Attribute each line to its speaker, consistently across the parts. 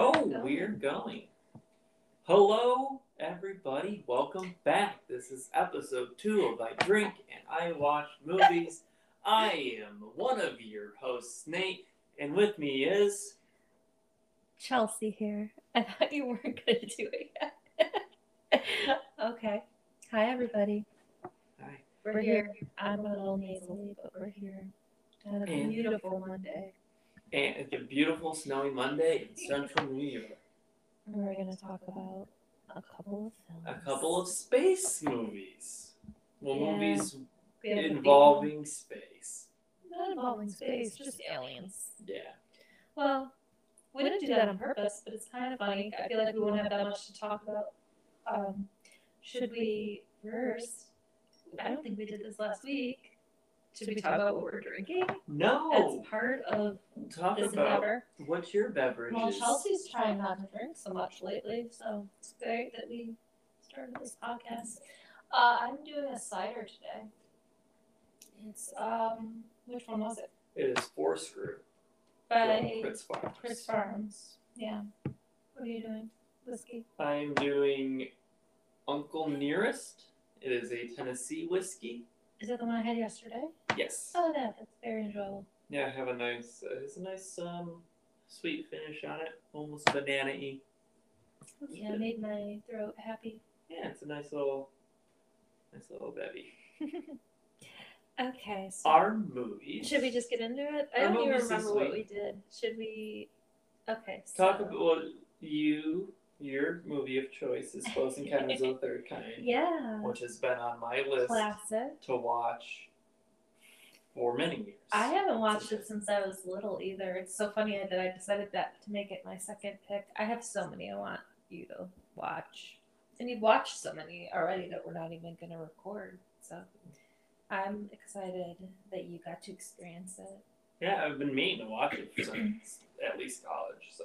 Speaker 1: Oh, going. Hello, everybody. Welcome back. This is episode two of I Drink and I Watch Movies. I am one of your hosts, Nate, and with me is.
Speaker 2: Chelsea here. I thought you weren't going to do it yet. okay. Hi, everybody.
Speaker 1: Hi.
Speaker 2: We're, here. I'm a little nasally, but we're here. On a
Speaker 1: And-
Speaker 2: beautiful Monday.
Speaker 1: And it's a beautiful snowy Monday in central New York.
Speaker 2: And We're going to talk about a couple of films.
Speaker 1: A couple of space movies. Well,
Speaker 2: Yeah.
Speaker 1: movies
Speaker 2: We have a big one.
Speaker 1: involving space.
Speaker 2: Not involving space, just aliens.
Speaker 1: Yeah.
Speaker 2: Well, we didn't do that on purpose, but it's kind of funny. I feel like we won't have that much to talk about. Um, should we first? I don't think we did this last week. Should we talk about what we're drinking?
Speaker 1: No.
Speaker 2: That's part of
Speaker 1: Oh. Talk
Speaker 2: this
Speaker 1: about
Speaker 2: endeavor.
Speaker 1: what's your beverages.
Speaker 2: Well, Chelsea's trying not to drink so much lately, so it's great that we started this podcast. Uh, I'm doing a cider today. It's um, which one was it?
Speaker 1: It is four screw.
Speaker 2: By
Speaker 1: Chris Farms.
Speaker 2: Chris Farms. Yeah. What are you doing? Whiskey.
Speaker 1: I'm doing Uncle Nearest. It is a Tennessee whiskey.
Speaker 2: Is that the one I had yesterday?
Speaker 1: Yes.
Speaker 2: Oh, that that's very enjoyable.
Speaker 1: Yeah, I have a nice, uh, it's a nice um, sweet finish on it, almost banana-y.
Speaker 2: Yeah, it made my throat happy.
Speaker 1: Yeah, it's a nice little, nice little bevy.
Speaker 2: Okay, so
Speaker 1: Our movies.
Speaker 2: should we just get into it? I
Speaker 1: Our
Speaker 2: don't even
Speaker 1: movies this
Speaker 2: remember what we
Speaker 1: week.
Speaker 2: did. Should we? Okay. So
Speaker 1: talk about well, you? Your movie of choice is Close Encounters of the Third Kind,
Speaker 2: Yeah.
Speaker 1: which has been on my list
Speaker 2: Classic.
Speaker 1: to watch for many years.
Speaker 2: I haven't watched it since I was little either. It's so funny that I decided that to make it my second pick. I have so many I want you to watch. And you've watched so many already that we're not even going to record. So I'm excited that you got to experience it.
Speaker 1: Yeah, I've been meaning to watch it since at least college. So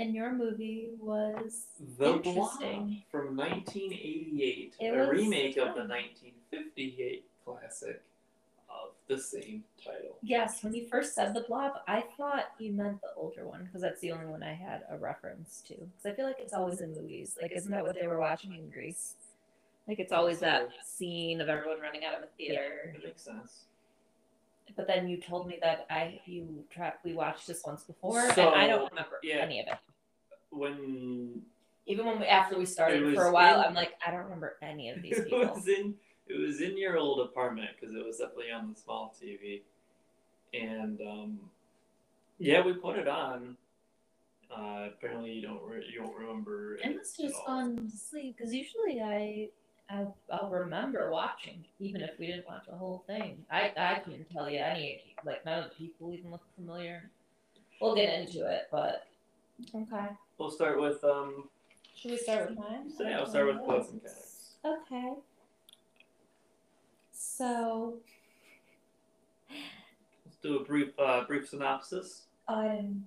Speaker 2: And your movie was
Speaker 1: The Blob
Speaker 2: Interesting.
Speaker 1: from 1988,
Speaker 2: It
Speaker 1: a
Speaker 2: was-
Speaker 1: remake of the 1958 classic of the same title.
Speaker 2: Yes, when you first said the blob, I thought you meant the older one because that's the only one I had a reference to. Because I feel like it's always in movies. Like, isn't that what they were watching in Greece? Like, it's always that scene of everyone running out of a theater.
Speaker 1: That makes sense.
Speaker 2: But then you told me that I you tra- we watched this once before,
Speaker 1: So,
Speaker 2: and I don't remember
Speaker 1: yeah.
Speaker 2: any of it.
Speaker 1: When
Speaker 2: Even when we, after we started
Speaker 1: It was
Speaker 2: for a while,
Speaker 1: in-
Speaker 2: I'm like, I don't remember any of these
Speaker 1: it
Speaker 2: people.
Speaker 1: was in it was in your old apartment because it was definitely on the small TV, and um, yeah, we put it on. Uh, apparently, you don't re- you don't remember.
Speaker 2: I
Speaker 1: it
Speaker 2: must
Speaker 1: at
Speaker 2: have just
Speaker 1: all.
Speaker 2: gone to sleep because usually I, I I'll remember watching even if we didn't watch the whole thing. I I couldn't tell you any like none of the people even look familiar. We'll get into it, but okay.
Speaker 1: We'll start with um.
Speaker 2: Should we start with mine?
Speaker 1: So yeah, we'll start with Close Encounters.
Speaker 2: Okay. So
Speaker 1: Let's do a brief uh, brief synopsis.
Speaker 2: I didn't.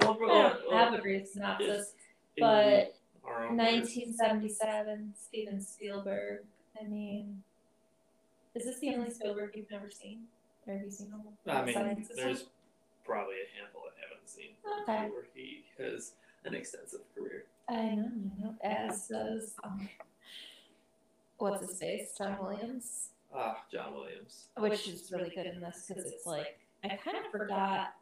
Speaker 1: Well,
Speaker 2: I
Speaker 1: bro-
Speaker 2: don't
Speaker 1: uh,
Speaker 2: have a brief synopsis,
Speaker 1: just in
Speaker 2: but
Speaker 1: our own words.
Speaker 2: 1977, Steven Spielberg. I mean, is this the only Spielberg you've never seen? Or have you seen him?
Speaker 1: I mean,
Speaker 2: besides this
Speaker 1: there's probably a handful I haven't seen.
Speaker 2: Okay.
Speaker 1: Where he has an extensive career.
Speaker 2: one? I know, I know. As does, um, what's his face? John Williams.
Speaker 1: Ah, John Williams.
Speaker 2: Which is really good in this because it's like, I kind of forgot.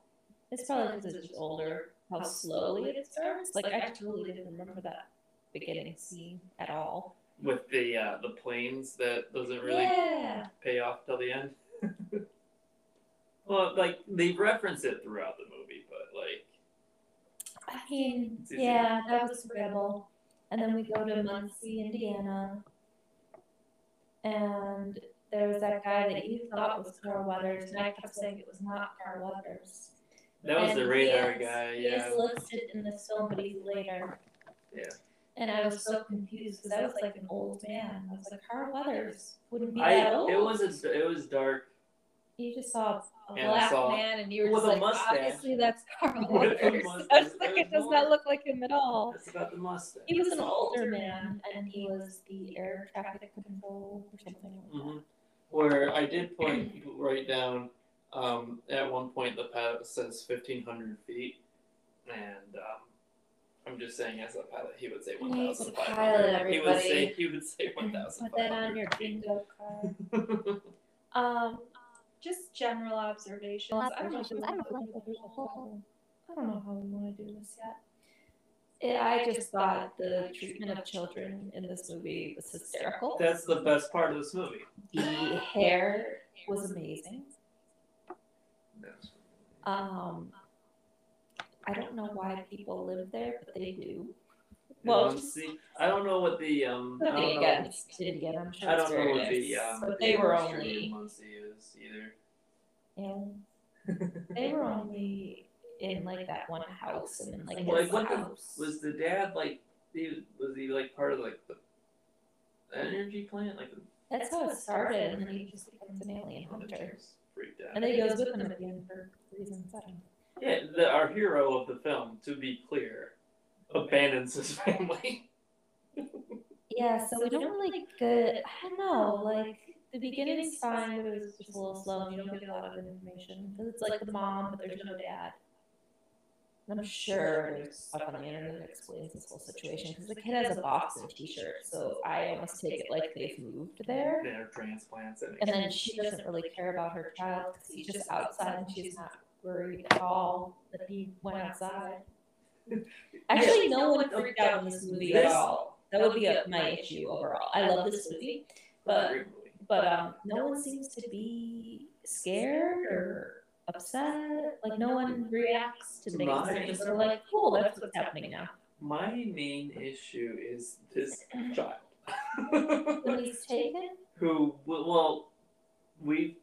Speaker 2: It's probably because it's older, how slowly it starts. Like, I totally didn't remember that beginning scene at all.
Speaker 1: With the uh, the planes that doesn't really
Speaker 2: Yeah.
Speaker 1: pay off till the end. well, like they reference it throughout the movie, but like
Speaker 2: I mean,
Speaker 1: It's easy.
Speaker 2: yeah, that was Rebel. And then we go to Muncie, Indiana. And there was that guy that you thought was Carl Weathers, and I kept saying it was not Carl Weathers.
Speaker 1: that was
Speaker 2: And
Speaker 1: the
Speaker 2: he
Speaker 1: radar
Speaker 2: is-
Speaker 1: guy.
Speaker 2: He
Speaker 1: Yeah.
Speaker 2: is listed in this film, but he's later.
Speaker 1: Yeah.
Speaker 2: And I was so confused because I was like an old man. I was like, Carl Weathers wouldn't be
Speaker 1: I,
Speaker 2: that old.
Speaker 1: it was a, it was dark.
Speaker 2: you just saw a
Speaker 1: And I
Speaker 2: black
Speaker 1: saw-
Speaker 2: man, and you were
Speaker 1: with
Speaker 2: just
Speaker 1: a
Speaker 2: like,
Speaker 1: mustache.
Speaker 2: obviously that's Carl
Speaker 1: With a
Speaker 2: Weathers. I was
Speaker 1: mustache.
Speaker 2: like,
Speaker 1: There's
Speaker 2: it does
Speaker 1: more.
Speaker 2: not look like him at all.
Speaker 1: That's about the mustache.
Speaker 2: He was an older man, and he was the air traffic control or something like that.
Speaker 1: hmm Where I did point right down um, at one point the path says fifteen hundred feet, and um, I'm just saying, as a pilot, he would say
Speaker 2: Yeah, he's a
Speaker 1: 1,500.
Speaker 2: pilot,
Speaker 1: He would
Speaker 2: everybody.
Speaker 1: say he would say
Speaker 2: Put that on
Speaker 1: 1,500.
Speaker 2: your
Speaker 1: feet.
Speaker 2: bingo card. Um, just general observations. I don't know. if we
Speaker 3: I don't
Speaker 2: wanna
Speaker 3: know if
Speaker 2: do
Speaker 3: there's
Speaker 2: the
Speaker 3: a
Speaker 2: whole-
Speaker 3: whole-
Speaker 2: I don't know how we want to do this yet. Yeah, I just thought the treatment of children in this movie was hysterical.
Speaker 1: That's the best part of this movie.
Speaker 2: The hair was amazing. Um, I don't know why people live there, but they do. Well,
Speaker 1: Well, see, I don't know what the um. I
Speaker 2: Nothing
Speaker 1: don't know.
Speaker 2: against it again. I'm sure
Speaker 1: I
Speaker 2: it's
Speaker 1: don't know
Speaker 2: very
Speaker 1: what the
Speaker 2: nice,
Speaker 1: um.
Speaker 2: but
Speaker 1: the
Speaker 2: they were
Speaker 1: industry in
Speaker 2: only
Speaker 1: Muncie is either.
Speaker 2: and they were only in like that one house and in like
Speaker 1: Well,
Speaker 2: his
Speaker 1: like, one thing
Speaker 2: house.
Speaker 1: Was the dad like? He was he like part of like the energy plant? Like the
Speaker 2: That's how it started, and then he just becomes an alien
Speaker 1: oh, that
Speaker 2: hunter.
Speaker 1: chick's freaked out.
Speaker 2: And then he goes with them at the end for reasons I don't know.
Speaker 1: Yeah, the, our hero of the film, to be clear, abandons his family.
Speaker 2: Yeah, so we don't like get. I don't know, like the beginning's fine, but it was just a little slow, and you don't get a lot of information because it's like the mom, but there's no dad. And I'm sure there's stuff on the internet that explains this whole situation because the kid has a box and a T-shirt, so I almost take it like they've moved there.
Speaker 1: They're transplants. And,
Speaker 2: And then she doesn't really care about her child because he's just outside and she's not worried at all that he went outside. Actually, no one freaked out in this movie at
Speaker 1: This-
Speaker 2: all. That would be a, my issue overall. I love this movie, but but um, no one seems to be scared or upset. Like no one reacts to things. They're just sort of like, cool, that's what's happening now.
Speaker 1: my main issue is this child,
Speaker 2: When he's taken,
Speaker 1: who well, we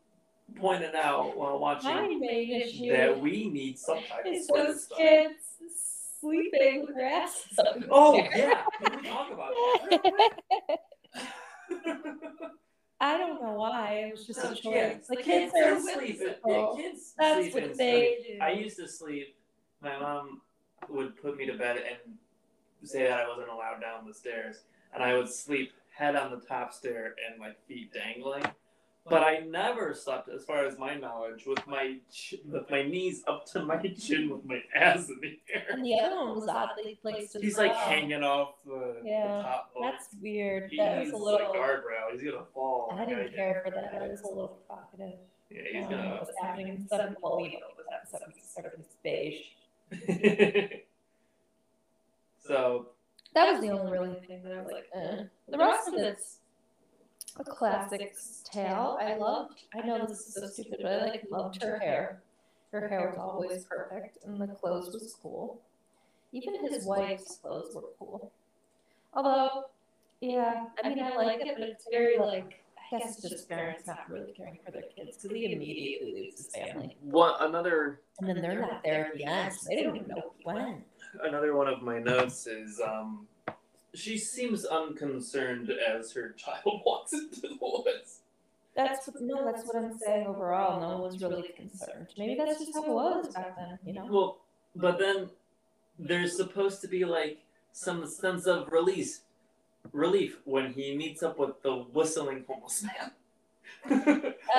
Speaker 1: pointed out while
Speaker 2: my
Speaker 1: watching
Speaker 2: main
Speaker 1: that
Speaker 2: issue
Speaker 1: we need subtitles.
Speaker 2: is
Speaker 1: for this
Speaker 2: those
Speaker 1: stuff.
Speaker 2: kids sleeping with their asses up.
Speaker 1: Oh yeah, can we talk about that?
Speaker 2: I don't know why. It was just a
Speaker 1: Oh,
Speaker 2: choice.
Speaker 1: yeah.
Speaker 2: The kids are whimsical.
Speaker 1: Yeah, kids
Speaker 2: That's
Speaker 1: sleep in
Speaker 2: what
Speaker 1: sleep.
Speaker 2: they do.
Speaker 1: I used to sleep. My mom would put me to bed and say that I wasn't allowed down the stairs, and I would sleep head on the top stair and like feet dangling. But I never slept, as far as my knowledge, with my ch- with my knees up to my chin with my ass in the air.
Speaker 2: and the other one was oddly placed as
Speaker 1: He's like
Speaker 2: well.
Speaker 1: hanging off the,
Speaker 2: Yeah,
Speaker 1: the top. bunk.
Speaker 2: That's weird.
Speaker 1: he's
Speaker 2: That was a
Speaker 1: like
Speaker 2: little.
Speaker 1: guardrail. He's gonna fall.
Speaker 2: I
Speaker 1: Yeah,
Speaker 2: didn't care for that. It was a little provocative.
Speaker 1: Yeah, he's
Speaker 2: Um, it was happening in Southern Polio. It was at some sort of beige.
Speaker 1: gonna.
Speaker 2: Um,
Speaker 1: so
Speaker 2: That was the only really thing that I was like. Eh. The rest of it's a classic tale. I loved. I know this is so stupid, but I like loved her hair. Her hair was always perfect, and the clothes was cool. Even his wife's clothes were cool. Although, yeah, I mean, I like it, but it's very like. I guess it's just parents not really caring for their kids because he immediately leaves his family.
Speaker 1: one another
Speaker 2: And then they're not there at the end. so They don't even know when.
Speaker 1: another one of my notes is um, she seems unconcerned as her child walks into the woods.
Speaker 2: That's what, no, that's what I'm saying overall. No one's really concerned. Maybe that's just how it was back then, you know?
Speaker 1: Well, but then there's supposed to be like some sense of release, relief when he meets up with the whistling homeless man.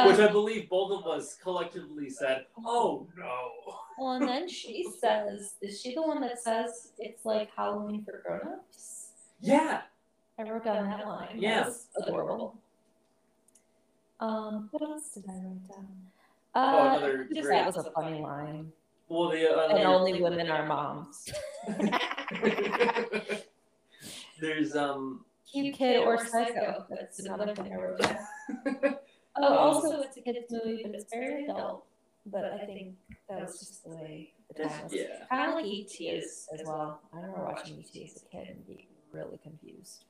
Speaker 1: Which
Speaker 2: Um,
Speaker 1: I believe both of us collectively said, "Oh no."
Speaker 2: well, and then she says, is she the one that says it's like Halloween for grown-ups?
Speaker 1: Yeah,
Speaker 2: I wrote down that line. That
Speaker 1: Yeah.
Speaker 2: was adorable. Um, what else did I write down?
Speaker 1: Oh,
Speaker 2: Uh,
Speaker 1: another
Speaker 2: just
Speaker 1: great-
Speaker 2: that was a funny line.
Speaker 1: well, the uh,
Speaker 2: And only women are moms.
Speaker 1: there's um,
Speaker 2: Cute kid or psycho. That's another thing I wrote down. Oh, also, it's a kids' movie, but it's very adult. But I think that was just the way the time was.
Speaker 1: yeah.
Speaker 2: Kind of like ET is as well. I remember watching ET as a kid and being really confused.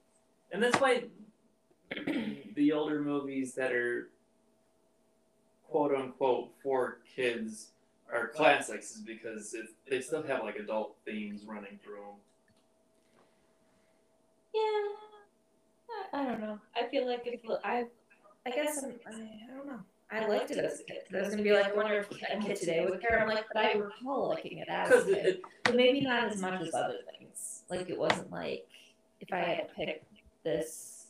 Speaker 1: And that's why the older movies that are quote unquote for kids are classics is because it, they still have like adult themes running through them.
Speaker 2: Yeah, I- I don't know. I feel like if I, I guess I'm, I, I don't know. I liked it as a kid. I was gonna be like, wonder if a kid today would care. I'm like, but I recall liking it as a
Speaker 1: Because
Speaker 2: kid.
Speaker 1: it, it,
Speaker 2: But maybe not as much as other things. Like it wasn't like if I had to pick this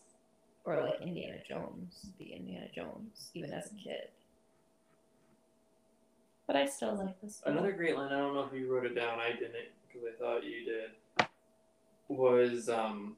Speaker 2: or like Indiana Jones, the Indiana Jones, even as a kid. But I still like this. one.
Speaker 1: another great line, I don't know if you wrote it down, I didn't because I thought you did, was um,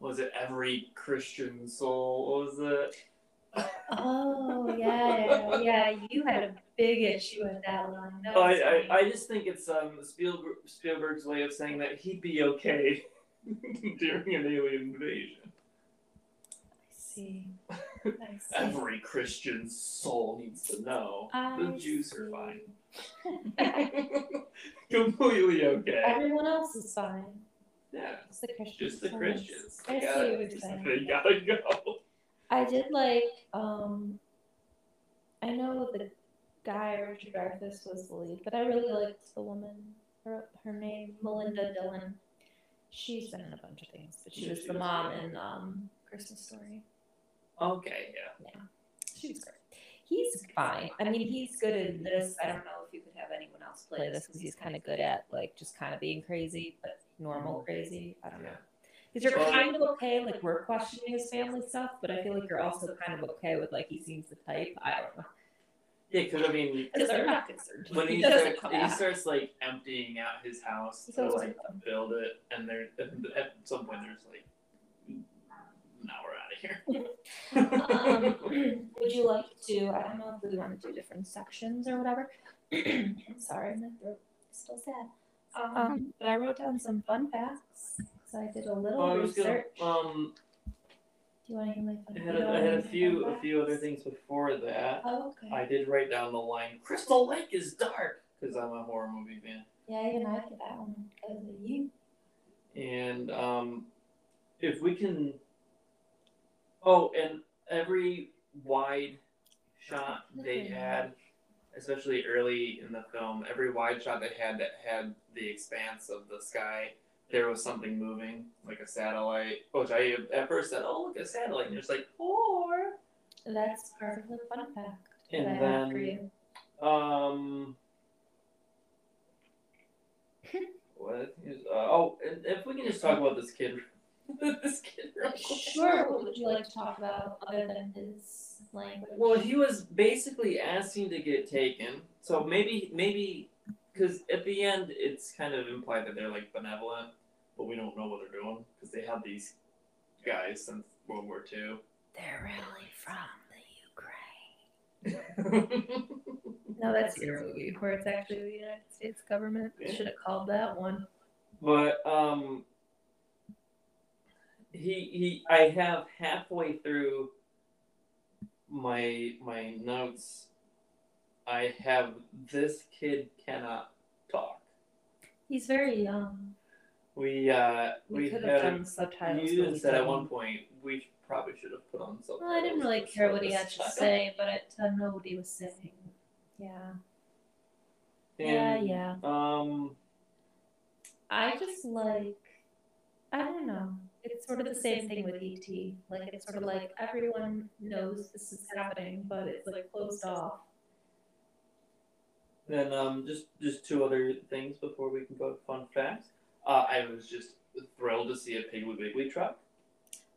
Speaker 1: what was it every Christian soul? What was it?
Speaker 2: Oh yeah, yeah. You had a big issue with that one. That
Speaker 1: I,
Speaker 2: was
Speaker 1: I,
Speaker 2: funny.
Speaker 1: I just think it's um Spielberg, Spielberg's way of saying that he'd be okay during an alien invasion.
Speaker 2: I see. I see.
Speaker 1: Every Christian soul needs to know the
Speaker 2: I
Speaker 1: Jews are
Speaker 2: see.
Speaker 1: fine. Completely okay.
Speaker 2: Everyone else is fine.
Speaker 1: Yeah,
Speaker 2: It's the Christians.
Speaker 1: just the
Speaker 2: ones.
Speaker 1: Christians.
Speaker 2: I
Speaker 1: They
Speaker 2: see
Speaker 1: gotta,
Speaker 2: what you're saying.
Speaker 1: they gotta go.
Speaker 2: I did like um I know the guy Richard Dreyfuss was the lead, but I really liked the woman. Her her name Melinda Dillon. She's been in a bunch of things, but she
Speaker 1: Yeah,
Speaker 2: was
Speaker 1: she
Speaker 2: the
Speaker 1: was
Speaker 2: mom
Speaker 1: great.
Speaker 2: in um Christmas Story.
Speaker 1: Okay, yeah.
Speaker 2: She was great. He's fine. I mean, he's good in this. I don't know if you could have anyone else play this because he's kind of good at like just kind of being crazy, but normal crazy. I don't know.
Speaker 1: Mm-hmm. Yeah.
Speaker 2: Because you're
Speaker 1: Well-
Speaker 2: kind of okay, like we're questioning his family stuff, but I feel like you're also kind of okay with like he seems the type. I don't know
Speaker 1: Yeah, because I mean,
Speaker 2: because they're not concerned.
Speaker 1: when he,
Speaker 2: doesn't
Speaker 1: starts, he
Speaker 2: clap.
Speaker 1: starts like emptying out his house
Speaker 2: He
Speaker 1: to
Speaker 2: goes
Speaker 1: like
Speaker 2: with them.
Speaker 1: build it, and there at some point there's like, now we're out of here.
Speaker 2: um, would you like to? I don't know if we want to do different sections or whatever. I'm sorry, my throat's still sad. Um, but I wrote down some fun facts, so I did a little
Speaker 1: Well, Oh, I was gonna
Speaker 2: research.
Speaker 1: um,
Speaker 2: Do you want to hear my fun?
Speaker 1: I
Speaker 2: you
Speaker 1: had
Speaker 2: wanna
Speaker 1: a, I
Speaker 2: hear
Speaker 1: had a
Speaker 2: my
Speaker 1: few
Speaker 2: fun
Speaker 1: a few other
Speaker 2: facts?
Speaker 1: things before that.
Speaker 2: Oh, okay.
Speaker 1: I did write down the line Crystal Lake is dark because I'm a horror movie fan.
Speaker 2: yeah, even I get that one because of you.
Speaker 1: And um, if we can. Oh, and every wide shot they had, especially early in the film, every wide shot they had that had the expanse of the sky, there was something moving, like a satellite. Which I at first said, oh, look, a satellite. And it's like, or.
Speaker 2: That's part of the fun fact that
Speaker 1: And
Speaker 2: I have for
Speaker 1: then-
Speaker 2: you.
Speaker 1: Um. what is, uh, oh, and if we can just talk about this kid, this kid. real quick.
Speaker 2: Sure. What would you like to talk about other than his language?
Speaker 1: Well, he was basically asking to get taken, so maybe, maybe, because at the end it's kind of implied that they're like benevolent, but we don't know what they're doing because they have these guys since World War II.
Speaker 2: They're really from the Ukraine. No, that's your movie where it's actually the United States government.
Speaker 1: Yeah.
Speaker 2: Should have called that one.
Speaker 1: But um, he he, I have halfway through my my notes. I have this kid cannot talk.
Speaker 2: He's very young.
Speaker 1: We uh
Speaker 2: We,
Speaker 1: we
Speaker 2: could have
Speaker 1: had
Speaker 2: done subtitles.
Speaker 1: you
Speaker 2: but we
Speaker 1: said at
Speaker 2: didn't.
Speaker 1: one point we probably should have put on something.
Speaker 2: Well, I didn't really care what he had to say, but I I know what he was saying. Yeah. Yeah, yeah.
Speaker 1: Um.
Speaker 2: I just like, I don't know. It's sort of the same thing with ET. Like, it's sort of like everyone knows this is happening, but it's like closed off.
Speaker 1: Then um, just just two other things before we can go to fun facts. Uh, I was just thrilled to see a Piggly Wiggly truck.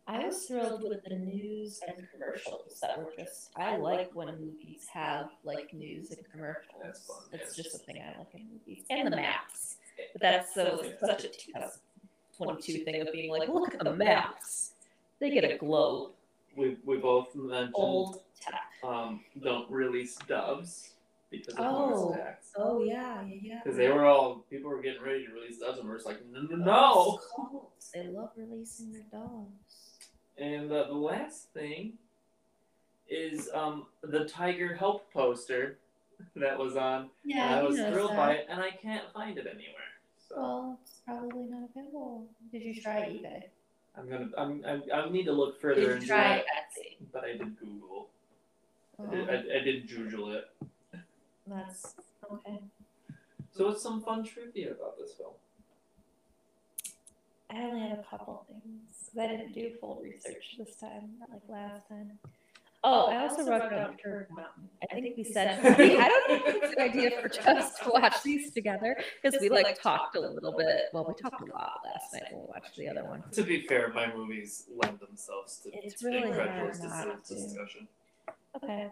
Speaker 2: I was thrilled with the news and commercials that were just. I like when movies have like news and commercials.
Speaker 1: That's fun,
Speaker 2: It's
Speaker 1: yes.
Speaker 2: just something I like in movies and the maps. But that's so
Speaker 1: Yeah.
Speaker 2: such a 2022 thing of being like, look at the maps. They get a globe.
Speaker 1: We we both mentioned
Speaker 2: Old tech.
Speaker 1: um don't release doves because of
Speaker 2: Oh.
Speaker 1: oh. tax.
Speaker 2: Oh yeah, yeah.
Speaker 1: Because they were all people were getting ready to release doves and we're just like no no no.
Speaker 2: They love releasing their dogs.
Speaker 1: And uh, the last thing is um the tiger help poster that was on. and I was thrilled by it, and I can't find it anywhere. So
Speaker 2: Well, it's probably not available. Did you try eBay?
Speaker 1: I'm gonna I'm, I'm I need to look further
Speaker 2: Did you
Speaker 1: into
Speaker 2: try
Speaker 1: it.
Speaker 2: Etsy?
Speaker 1: But I did Google. I, did,
Speaker 2: Oh,
Speaker 1: I, I did Jujule it.
Speaker 2: that's okay.
Speaker 1: So what's some fun trivia about this film?
Speaker 2: I only had a couple things 'cause I didn't do full research this time, not like last time. Oh, I also wrote down Turd Mountain. I think we said I don't know if it's an idea for us to watch these together because we like talked a little bit. Well, we talked a lot last night when we watched the other one.
Speaker 1: To be fair, my movies lend themselves to
Speaker 2: It's really hard
Speaker 1: incredulous dis-
Speaker 2: not to.
Speaker 1: discussion.
Speaker 2: Okay.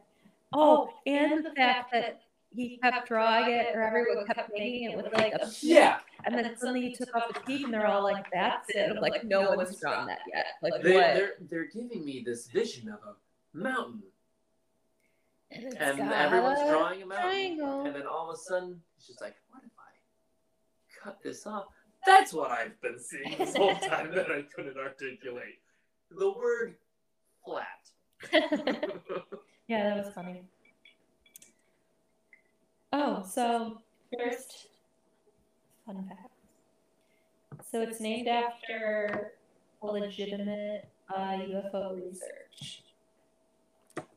Speaker 2: Oh, and Oh, the fact that
Speaker 3: he kept drawing it, or everyone kept making it with like a
Speaker 1: Yeah,
Speaker 3: and then suddenly you took off the peak, and they're all like, "That's it!" I'm like, "No one's drawn that yet." Like,
Speaker 1: they,
Speaker 3: what?
Speaker 1: they're they're giving me this vision of a mountain,
Speaker 2: And it's
Speaker 1: and
Speaker 2: got
Speaker 1: everyone's
Speaker 2: a
Speaker 1: drawing a mountain,
Speaker 2: triangle.
Speaker 1: and then all of a sudden it's just like, what if I cut this off? That's what I've been seeing this whole time that I couldn't articulate. The word flat.
Speaker 2: yeah, that was funny. Oh, so first fun fact. So it's named after a legitimate uh, UFO research.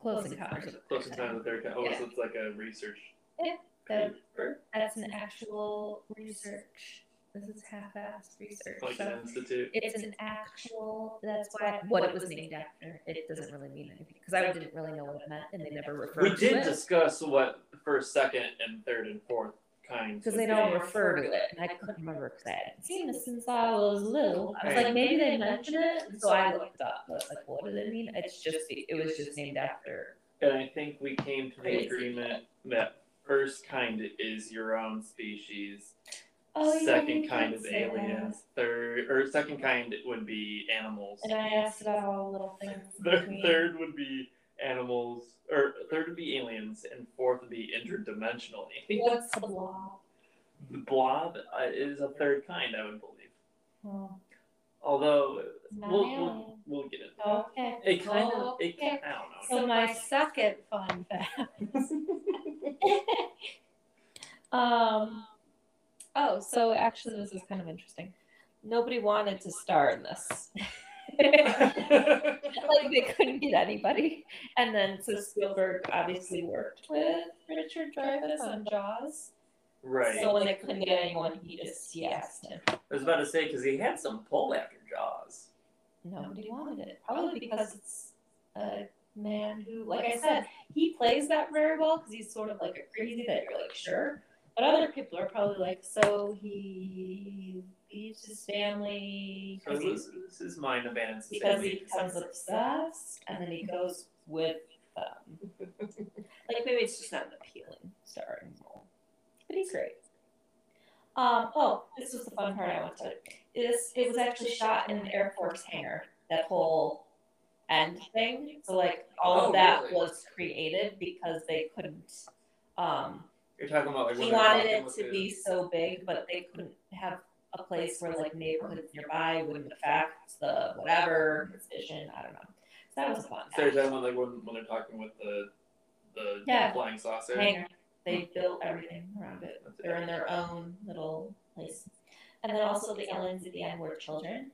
Speaker 2: Close encounters. of the
Speaker 1: Close
Speaker 2: Third
Speaker 1: time
Speaker 2: Kind.
Speaker 1: with their oh, so it's like a research.
Speaker 2: Yeah.
Speaker 1: paper.
Speaker 2: That's an actual research. This is half-assed research.
Speaker 1: like
Speaker 2: so
Speaker 1: an institute.
Speaker 3: It's
Speaker 2: it's
Speaker 3: an
Speaker 2: an actual. That's why
Speaker 3: what, what it was named after. It doesn't really mean anything because I didn't really know what it meant, and they never referred
Speaker 1: We
Speaker 3: to
Speaker 1: did
Speaker 3: it
Speaker 1: discuss what first, second, and third, and fourth kinds.
Speaker 3: because
Speaker 1: would
Speaker 3: they don't
Speaker 1: be.
Speaker 3: refer to it. And I couldn't remember because I hadn't seen
Speaker 2: seen
Speaker 3: it.
Speaker 2: this since I was little. I was like, maybe they mentioned it, and so I looked up.
Speaker 3: I was like, "What did it mean?" It's just it was just named after.
Speaker 1: And I think we came to the
Speaker 3: Crazy.
Speaker 1: agreement that first kind is your own species.
Speaker 2: Oh, yeah,
Speaker 1: second
Speaker 2: you
Speaker 1: kind
Speaker 2: did
Speaker 1: is
Speaker 2: say that.
Speaker 1: aliens. Third or second kind would be animals.
Speaker 2: And I asked about all the little things. in
Speaker 1: Thir-
Speaker 2: between.
Speaker 1: third would be animals, or third would be aliens, and fourth would be interdimensional aliens.
Speaker 2: What's the blob?
Speaker 1: The blob uh, is a third kind, I would believe.
Speaker 2: Oh,
Speaker 1: Although
Speaker 2: it's not
Speaker 1: we'll,
Speaker 2: an
Speaker 1: we'll,
Speaker 2: alien.
Speaker 1: we'll get into that.
Speaker 2: Okay.
Speaker 1: It kind of,
Speaker 2: Oh,
Speaker 1: it,
Speaker 2: okay.
Speaker 1: I don't know.
Speaker 2: So my second fun fact. um, oh, so actually, this is kind of interesting. Nobody wanted to star in this. like they couldn't get anybody. And then so Spielberg obviously worked with Richard Dreyfuss on Jaws.
Speaker 1: right.
Speaker 2: So when they couldn't get anyone, he just he asked him.
Speaker 1: I was about to say because he had some pull after Jaws.
Speaker 2: Nobody wanted it. Probably because it's a man who, like I said, he plays that very well because he's sort of like a crazy that you're like, sure. But other people are probably like, so he leaves his family
Speaker 1: So
Speaker 2: 'cause
Speaker 1: this,
Speaker 2: he's-
Speaker 1: this is mine abandons the
Speaker 2: because
Speaker 1: same
Speaker 2: he becomes obsessed and then he goes with them. like maybe it's just not an appealing starring role, but he's great. Um, oh, this was the fun part I want to. This it was actually shot in an Air Force hangar. That whole end thing. So like all
Speaker 1: Oh,
Speaker 2: of that
Speaker 1: really?
Speaker 2: was created because they couldn't. Um,
Speaker 1: You're talking about like
Speaker 2: he
Speaker 1: when
Speaker 2: wanted
Speaker 1: they're
Speaker 2: it to
Speaker 1: walking with
Speaker 2: be
Speaker 1: the-
Speaker 2: so big, but they couldn't have a place where like neighborhoods nearby wouldn't affect the whatever vision. I don't know. So that was fun.
Speaker 1: So you're talking about like when, when they're talking with the the
Speaker 2: Yeah.
Speaker 1: flying saucer.
Speaker 2: Hangar. They built everything around it.
Speaker 1: That's it.
Speaker 2: They're in their own little place. And then also the aliens at the end were children.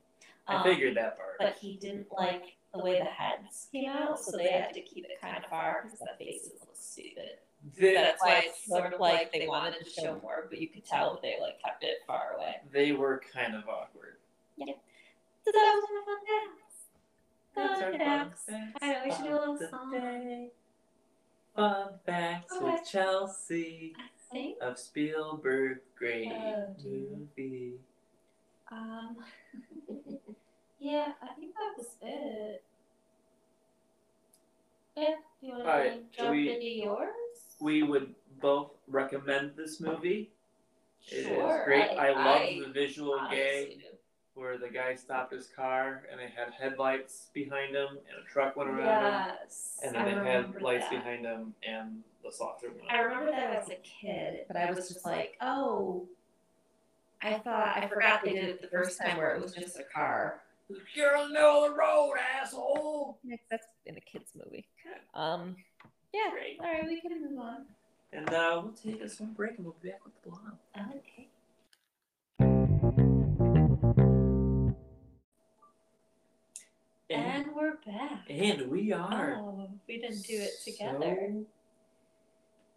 Speaker 1: I
Speaker 2: Um,
Speaker 1: figured that part.
Speaker 2: But he didn't like the way the heads came out, so they had to keep it kind of far because the faces look stupid.
Speaker 1: They,
Speaker 2: That's why it's sort of like they wanted to show more, but you could tell they like kept it far away.
Speaker 1: they were kind of awkward.
Speaker 2: So that was my fun facts.
Speaker 1: Those are
Speaker 2: Fun
Speaker 1: fun
Speaker 2: facts.
Speaker 1: facts
Speaker 2: I know we should do a
Speaker 1: of
Speaker 2: little
Speaker 1: the
Speaker 2: song.
Speaker 1: day. Fun facts
Speaker 2: Oh, I-
Speaker 1: with Chelsea
Speaker 2: I think.
Speaker 1: of Spielberg great
Speaker 2: Oh, dear.
Speaker 1: movie.
Speaker 2: Um. yeah, I think that was it. Yeah, do you want
Speaker 1: All right,
Speaker 2: to
Speaker 1: do
Speaker 2: jump
Speaker 1: we-
Speaker 2: into yours?
Speaker 1: We would both recommend this movie. It is
Speaker 2: Sure,
Speaker 1: great. I, love the visual
Speaker 2: honestly
Speaker 1: gag
Speaker 2: do.
Speaker 1: where the guy stopped his car and they had headlights behind him and a truck went around him.
Speaker 2: Yes.
Speaker 1: And then
Speaker 2: I
Speaker 1: they had
Speaker 2: remember
Speaker 1: lights
Speaker 2: that.
Speaker 1: behind him and the saucer went.
Speaker 2: I remember that as a kid, but I was just like, oh. I thought I forgot they did it the first time where it was just a car.
Speaker 1: You're on the middle of the road, asshole.
Speaker 3: Yeah, 'cause that's in a kids movie. Um, yeah.
Speaker 1: Great.
Speaker 3: All right, we can move on.
Speaker 1: And uh, we'll take us one break and we'll be back with the blonde.
Speaker 2: Okay.
Speaker 1: And,
Speaker 2: And we're back.
Speaker 1: and we are.
Speaker 2: Oh, we didn't do it together.
Speaker 1: So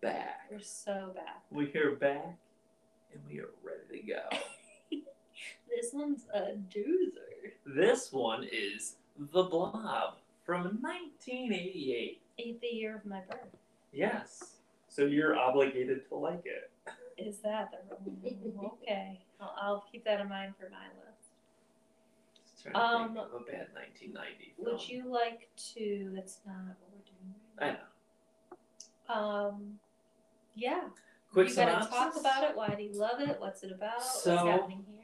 Speaker 1: back.
Speaker 2: We're so bad.
Speaker 1: We are back and we are ready to go.
Speaker 2: This one's a doozer.
Speaker 1: this one is The Blob from 1988.
Speaker 2: Ain't the year of my birth.
Speaker 1: Yes. So you're obligated to like it.
Speaker 2: Is that the rule? Okay. I'll, I'll keep that in mind for my list.
Speaker 1: Just trying to
Speaker 2: Um,
Speaker 1: think of a bad 1990 film.
Speaker 2: Would you like to? That's not what we're doing.
Speaker 1: I
Speaker 2: right
Speaker 1: know.
Speaker 2: now. Um,
Speaker 4: Yeah.
Speaker 1: Quick
Speaker 4: you gotta
Speaker 1: synopsis.
Speaker 4: talk about it. Why do you love it? What's it about?
Speaker 1: So-
Speaker 4: What's happening here?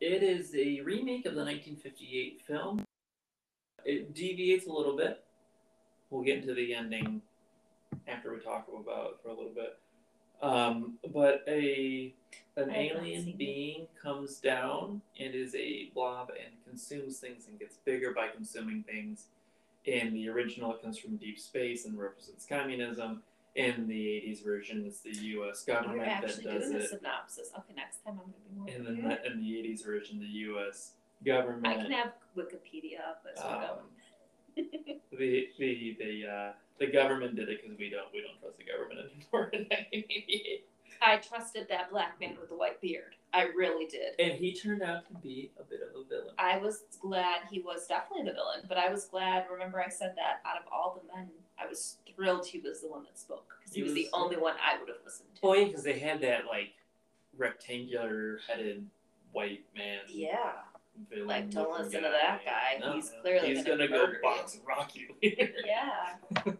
Speaker 1: It is a remake of the 1958 film. It deviates a little bit. We'll get into the ending after we talk about it for a little bit. Um, but a an
Speaker 4: I have not seen
Speaker 1: alien
Speaker 4: it.
Speaker 1: being comes down and is a blob and consumes things and gets bigger by consuming things. In the original, it comes from deep space and represents communism. In the 80s version, it's the U.S. government
Speaker 4: You're
Speaker 1: that
Speaker 4: actually
Speaker 1: does
Speaker 4: doing
Speaker 1: it.
Speaker 4: a synopsis. Okay, next time I'm gonna be
Speaker 1: And
Speaker 4: more.
Speaker 1: then
Speaker 4: prepared.
Speaker 1: the, in the eighties version, the U.S.
Speaker 4: I can
Speaker 1: government,
Speaker 4: have Wikipedia up as
Speaker 1: um,
Speaker 4: well.
Speaker 1: the the the uh, the government did it because we don't we don't trust the government anymore. in 1988.
Speaker 4: I trusted that black man with the white beard. I really did.
Speaker 1: and he turned out to be a bit of a villain.
Speaker 4: I was glad he was definitely the villain, but I was glad. Remember, I said that out of all the men, I was thrilled he was the one that spoke because he,
Speaker 1: He
Speaker 4: was, the
Speaker 1: was-
Speaker 4: only one I would have listened to.
Speaker 1: Oh yeah, because they had that like rectangular headed white man.
Speaker 4: Yeah,
Speaker 1: Villain
Speaker 4: Like, don't
Speaker 1: looking
Speaker 4: listen to that guy. He's clearly
Speaker 1: he's gonna,
Speaker 4: gonna
Speaker 1: go
Speaker 4: murder you.
Speaker 1: box rock you.
Speaker 4: yeah.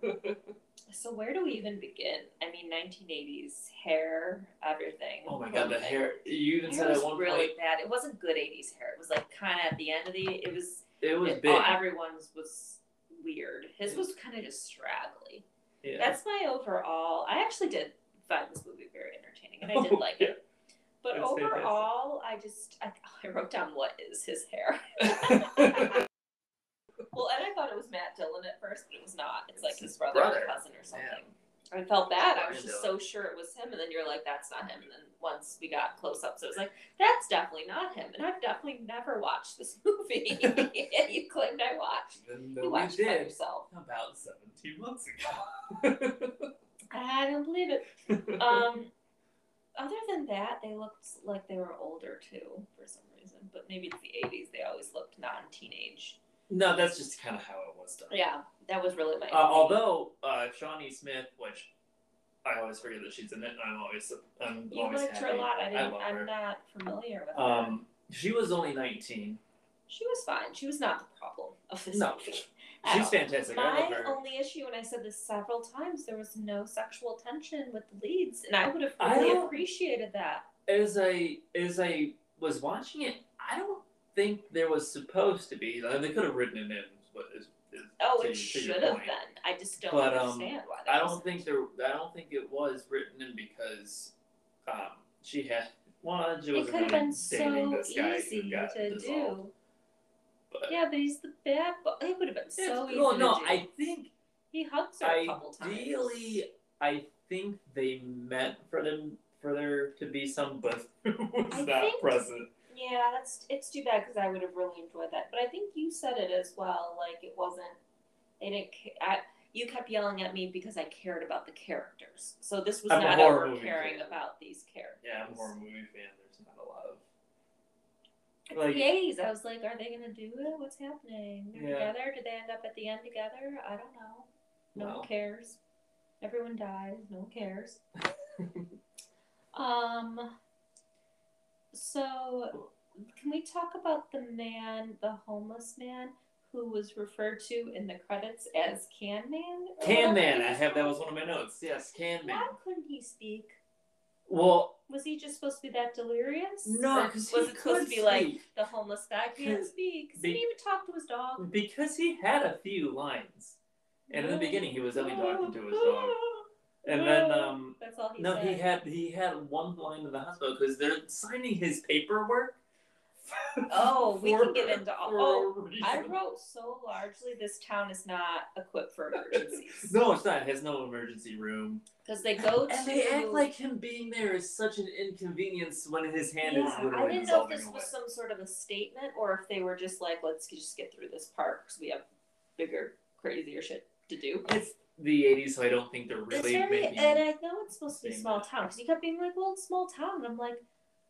Speaker 4: so where do we even begin? I mean, 1980s hair, everything.
Speaker 1: oh my god, the
Speaker 4: Everything.
Speaker 1: hair! You even
Speaker 4: Hair
Speaker 1: said
Speaker 4: was
Speaker 1: at one
Speaker 4: really
Speaker 1: point
Speaker 4: bad. It wasn't good 80s hair. It was like kind of at the end of the. It was
Speaker 1: it was
Speaker 4: it-
Speaker 1: big.
Speaker 4: all- everyone's was weird. His
Speaker 1: It
Speaker 4: was kind of just straggly.
Speaker 1: yeah.
Speaker 4: That's my overall. I actually did find this movie very entertaining, and I did like
Speaker 1: Oh, yeah.
Speaker 4: it. But
Speaker 1: It's fantastic.
Speaker 4: overall, I just I, I wrote down what is his hair. well, and I thought it was Matt Dillon at first, but it was not. It's like
Speaker 1: It's
Speaker 4: his
Speaker 1: his
Speaker 4: brother,
Speaker 1: brother.
Speaker 4: or cousin or something. I felt bad. I was
Speaker 1: Brian
Speaker 4: just so
Speaker 1: Dillon.
Speaker 4: sure it was him, and then you're like, "That's not him." And then once we got close ups, it was like, "That's definitely not him." And I've definitely never watched this movie, and you claimed I watched.
Speaker 1: Even
Speaker 4: you
Speaker 1: though we
Speaker 4: watched it by
Speaker 1: did
Speaker 4: yourself.
Speaker 1: about 17 months ago.
Speaker 4: I don't believe it. Um, other than that, they looked like they were older too for some reason. But maybe it's the '80s. They always looked non-teenage.
Speaker 1: no, that's just kind of how it was done.
Speaker 4: Yeah, that was really my.
Speaker 1: Uh, although uh, Shawnee Smith, which I always forget that she's in it, and I'm always I'm
Speaker 4: you
Speaker 1: always
Speaker 4: liked
Speaker 1: happy.
Speaker 4: her a lot. I didn't.
Speaker 1: love
Speaker 4: I'm
Speaker 1: her.
Speaker 4: not familiar with her.
Speaker 1: Um, she was only 19.
Speaker 4: She was fine. She was not the problem of this
Speaker 1: No.
Speaker 4: movie. at
Speaker 1: She's
Speaker 4: all.
Speaker 1: fantastic. I love
Speaker 4: My
Speaker 1: her.
Speaker 4: only issue, and I said this several times, there was no sexual tension with the leads, and I would have
Speaker 1: I
Speaker 4: really
Speaker 1: don't-
Speaker 4: appreciated that.
Speaker 1: As I as I was watching it, I don't think there was supposed to be. Like, they could have written it in. But is, is,
Speaker 4: Oh,
Speaker 1: to-
Speaker 4: it
Speaker 1: to your
Speaker 4: should have
Speaker 1: point.
Speaker 4: been. I just don't
Speaker 1: But, um,
Speaker 4: understand why. That
Speaker 1: I
Speaker 4: was-
Speaker 1: don't think there. I don't think it was written in because um, she had. Well, she
Speaker 4: It
Speaker 1: was
Speaker 4: could have been so easy to do. Yeah, but he's the bad boy. It would have been so easy.
Speaker 1: well,
Speaker 4: to
Speaker 1: no,
Speaker 4: do.
Speaker 1: I think
Speaker 4: he hugs her a couple times.
Speaker 1: ideally, I think they meant for them for there to be some but who was
Speaker 4: I
Speaker 1: not
Speaker 4: think-
Speaker 1: present.
Speaker 4: Yeah, that's it's too bad because I would have really enjoyed that. But I think you said it as well. Like it wasn't. They didn't. ca- I, you kept yelling at me because I cared about the characters. So this was
Speaker 1: I'm a
Speaker 4: not
Speaker 1: horror
Speaker 4: over
Speaker 1: movie
Speaker 4: caring
Speaker 1: fan.
Speaker 4: about these characters.
Speaker 1: Yeah, I'm a horror movie fan. There's not a lot of
Speaker 4: It's
Speaker 1: like-
Speaker 4: the 80s. I was like, are they gonna do it? What's happening? They're
Speaker 1: Yeah.
Speaker 4: together. Did they end up at the end together? I don't know. No
Speaker 1: well,
Speaker 4: one cares. Everyone dies. No one cares. um. So, can we talk about the man, the homeless man, who was referred to in the credits as Can Man? or
Speaker 1: Can
Speaker 4: whatever
Speaker 1: Man.
Speaker 4: he
Speaker 1: I
Speaker 4: was
Speaker 1: have that
Speaker 4: called?
Speaker 1: was one of my notes. Yes, Can Man.
Speaker 4: Why couldn't he speak?
Speaker 1: Well,
Speaker 4: Was he just supposed to be that delirious?
Speaker 1: no,
Speaker 4: Or
Speaker 1: because
Speaker 4: was it supposed to be like the homeless guy can't
Speaker 1: Because-
Speaker 4: speak? 'Cause he
Speaker 1: be-
Speaker 4: didn't even talk to his dog.
Speaker 1: because he had a few lines. And in the beginning, he was only talking to his dog. And then, um,
Speaker 4: That's all Oh, he
Speaker 1: no,
Speaker 4: said.
Speaker 1: he had he had one line in the hospital because they're signing his paperwork.
Speaker 4: Oh, we
Speaker 1: For-
Speaker 4: can get into all-
Speaker 1: for a
Speaker 4: oh,
Speaker 1: reason.
Speaker 4: I wrote so largely this town is not equipped for emergencies
Speaker 1: No, it's not. It has no emergency room.
Speaker 4: because they go to
Speaker 1: And they act like him being there is such an inconvenience when his hand
Speaker 4: yeah,
Speaker 1: is literally
Speaker 4: I didn't know if
Speaker 1: dissolving
Speaker 4: this
Speaker 1: away.
Speaker 4: was some sort of a statement or if they were just like let's just get through this part because we have bigger crazier shit to do.
Speaker 1: It's the '80s, so I don't think they're
Speaker 4: It's
Speaker 1: really
Speaker 4: very
Speaker 1: making.
Speaker 4: and I know it's supposed to be
Speaker 1: Same.
Speaker 4: small town because you kept being like well it's small town and I'm like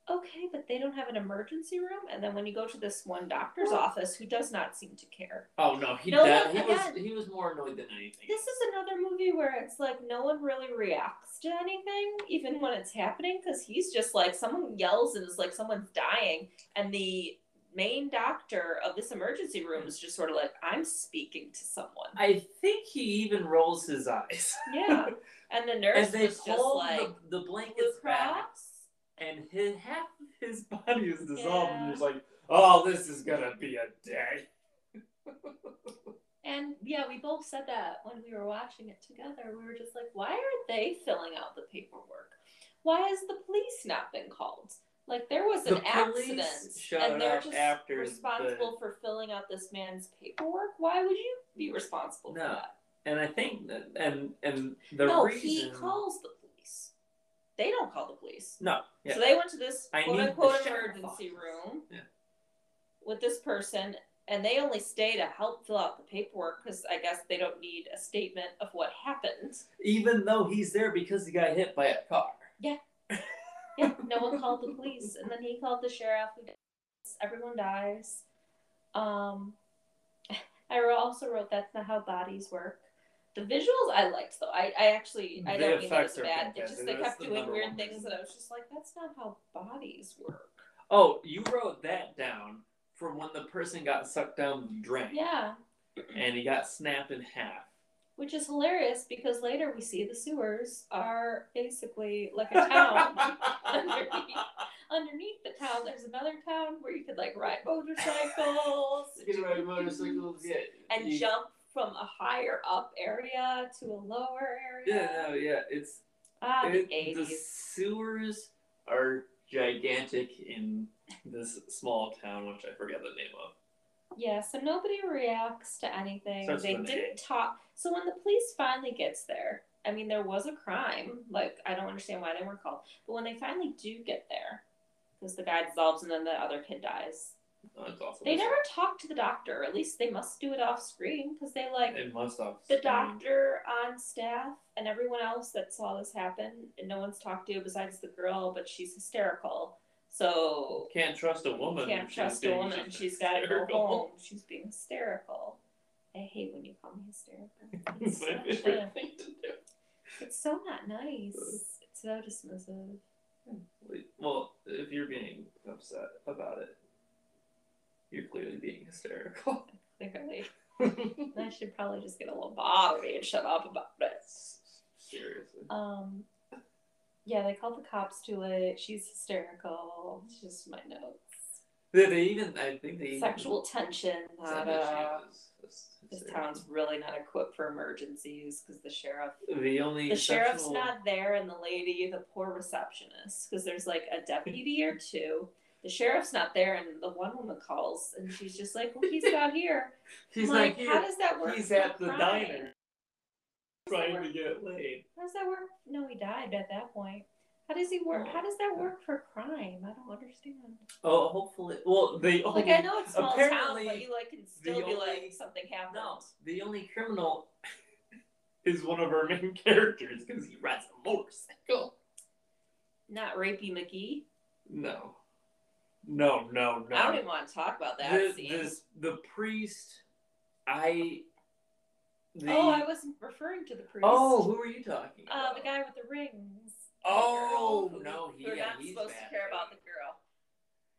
Speaker 4: okay but they don't have an emergency room and then when you go to this one doctor's
Speaker 1: Well-
Speaker 4: office who does not seem to care
Speaker 1: oh no, he
Speaker 4: No,
Speaker 1: that-
Speaker 4: no,
Speaker 1: he
Speaker 4: again.
Speaker 1: was he was more annoyed than anything.
Speaker 4: This is another movie where it's like no one really reacts to anything, even when it's happening, because he's just like someone yells and it's like someone's dying, and the main doctor of this emergency room is just sort of like, I'm speaking to someone.
Speaker 1: I think he even rolls his eyes.
Speaker 4: Yeah. And the nurse
Speaker 1: As they
Speaker 4: was just
Speaker 1: pull
Speaker 4: like,
Speaker 1: the, the
Speaker 4: Blue
Speaker 1: blankets back,
Speaker 4: Cross?
Speaker 1: and his, half of his body is dissolved,
Speaker 4: Yeah.
Speaker 1: and he's like, oh, this is going to be a day.
Speaker 4: And yeah, we both said that when we were watching it together. We were just like, why aren't they filling out the paperwork? Why has the police not been called? Like there was
Speaker 1: The
Speaker 4: an
Speaker 1: police
Speaker 4: accident,
Speaker 1: showed
Speaker 4: and they're
Speaker 1: up
Speaker 4: just
Speaker 1: after the-
Speaker 4: responsible for filling out this man's paperwork. Why would you be responsible
Speaker 1: Mm. No,
Speaker 4: for that?
Speaker 1: And I think, that, and and the
Speaker 4: no,
Speaker 1: reason.
Speaker 4: he calls the police. They don't call the police.
Speaker 1: No. Yeah.
Speaker 4: So they went to this
Speaker 1: I
Speaker 4: quote
Speaker 1: need
Speaker 4: unquote
Speaker 1: the sheriff
Speaker 4: emergency
Speaker 1: office.
Speaker 4: room
Speaker 1: Yeah.
Speaker 4: with this person, and they only stay to help fill out the paperwork because I guess they don't need a statement of what happened.
Speaker 1: even though he's there because he got hit by a car.
Speaker 4: Yeah, no one called the police, and then he called the sheriff. Who dies. Everyone dies. Um, I wrote- also wrote that's not how bodies work. The visuals I liked though. I, I actually I
Speaker 1: The
Speaker 4: don't mean that
Speaker 1: effects
Speaker 4: it's
Speaker 1: are
Speaker 4: bad. It just
Speaker 1: fantastic.
Speaker 4: they
Speaker 1: That's
Speaker 4: kept
Speaker 1: the
Speaker 4: doing
Speaker 1: number
Speaker 4: weird
Speaker 1: one
Speaker 4: things,
Speaker 1: reason.
Speaker 4: and I was just like, that's not how bodies work.
Speaker 1: Oh, you wrote that down from when the person got sucked down the drain
Speaker 4: Yeah.
Speaker 1: and he got snapped in half.
Speaker 4: Which is hilarious because later we see the sewers are basically like a town. underneath, underneath the town, there's another town where you could like ride motorcycles
Speaker 1: You can ride motorcycles, yeah.
Speaker 4: and
Speaker 1: You-
Speaker 4: jump from a higher up area to a lower area.
Speaker 1: Yeah, no, yeah. It's
Speaker 4: ah, the
Speaker 1: it, the
Speaker 4: 80s.
Speaker 1: sewers are gigantic in this small town, which I forget the name of.
Speaker 4: Yeah, so nobody reacts to anything.
Speaker 1: Starts
Speaker 4: they
Speaker 1: with an
Speaker 4: didn't
Speaker 1: A.
Speaker 4: talk. So when the police finally gets there, I mean, there was a crime. Like, I don't understand why they weren't called. But when they finally do get there, because the guy dissolves and then the other kid dies,
Speaker 1: Oh, it's awful.
Speaker 4: they never talk to the doctor. Or at least they must do it off screen because they like
Speaker 1: It must have.
Speaker 4: the
Speaker 1: stopped.
Speaker 4: doctor on staff and everyone else that saw this happen, and no one's talked to besides the girl, but she's hysterical. So
Speaker 1: Can't trust a woman.
Speaker 4: can't
Speaker 1: if she's
Speaker 4: trust a
Speaker 1: being
Speaker 4: woman. She's got to go
Speaker 1: hysterical.
Speaker 4: home. She's being hysterical. I hate when you call me hysterical. It's
Speaker 1: It's
Speaker 4: so,
Speaker 1: my
Speaker 4: much
Speaker 1: favorite
Speaker 4: fun.
Speaker 1: thing to do.
Speaker 4: It's so not nice. It's so dismissive.
Speaker 1: Well, if you're being upset about it, you're clearly being hysterical.
Speaker 4: Clearly,
Speaker 1: Seriously.
Speaker 4: I should probably just get a little bobby and shut up about it. Um, yeah, they called the cops to it. She's hysterical. It's just my notes.
Speaker 1: They, they even, I think they even
Speaker 4: Sexual tension.
Speaker 1: said
Speaker 4: Not,
Speaker 1: that she
Speaker 4: uh,
Speaker 1: was hys-
Speaker 4: this
Speaker 1: hysterical.
Speaker 4: town's really not equipped for emergencies because the sheriff.
Speaker 1: the only
Speaker 4: The sheriff's
Speaker 1: sexual-
Speaker 4: not there, and the lady, the poor receptionist, because there's like a deputy or two. The sheriff's not there, and the one woman calls, and she's just like, "Well, he's out here."
Speaker 1: He's
Speaker 4: I'm
Speaker 1: like,
Speaker 4: like, "How does that work?"
Speaker 1: he's
Speaker 4: for
Speaker 1: at the
Speaker 4: crime?
Speaker 1: diner
Speaker 4: How does that
Speaker 1: trying to
Speaker 4: work-
Speaker 1: get laid.
Speaker 4: How does that work? No, he died at that point. How does he work? How does that work for crime? I don't understand.
Speaker 1: Oh, hopefully. Well, they only.
Speaker 4: Like I know it's small town,
Speaker 1: Apparently,
Speaker 4: but you like can still
Speaker 1: the
Speaker 4: be
Speaker 1: only-
Speaker 4: like something happened.
Speaker 1: No, the only criminal is one of our main characters because he rides a motorcycle.
Speaker 4: Not rapey McGee.
Speaker 1: No. No, no, no.
Speaker 4: I don't even want to talk about that
Speaker 1: This-
Speaker 4: scene.
Speaker 1: this- the priest, I. The,
Speaker 4: oh, I wasn't referring to the priest.
Speaker 1: oh, who are you talking
Speaker 4: uh,
Speaker 1: about?
Speaker 4: the guy with the rings.
Speaker 1: Oh,
Speaker 4: The girl who-
Speaker 1: no, he-
Speaker 4: We're
Speaker 1: yeah,
Speaker 4: not
Speaker 1: he's
Speaker 4: supposed
Speaker 1: bad,
Speaker 4: to care
Speaker 1: yeah.
Speaker 4: about the girl.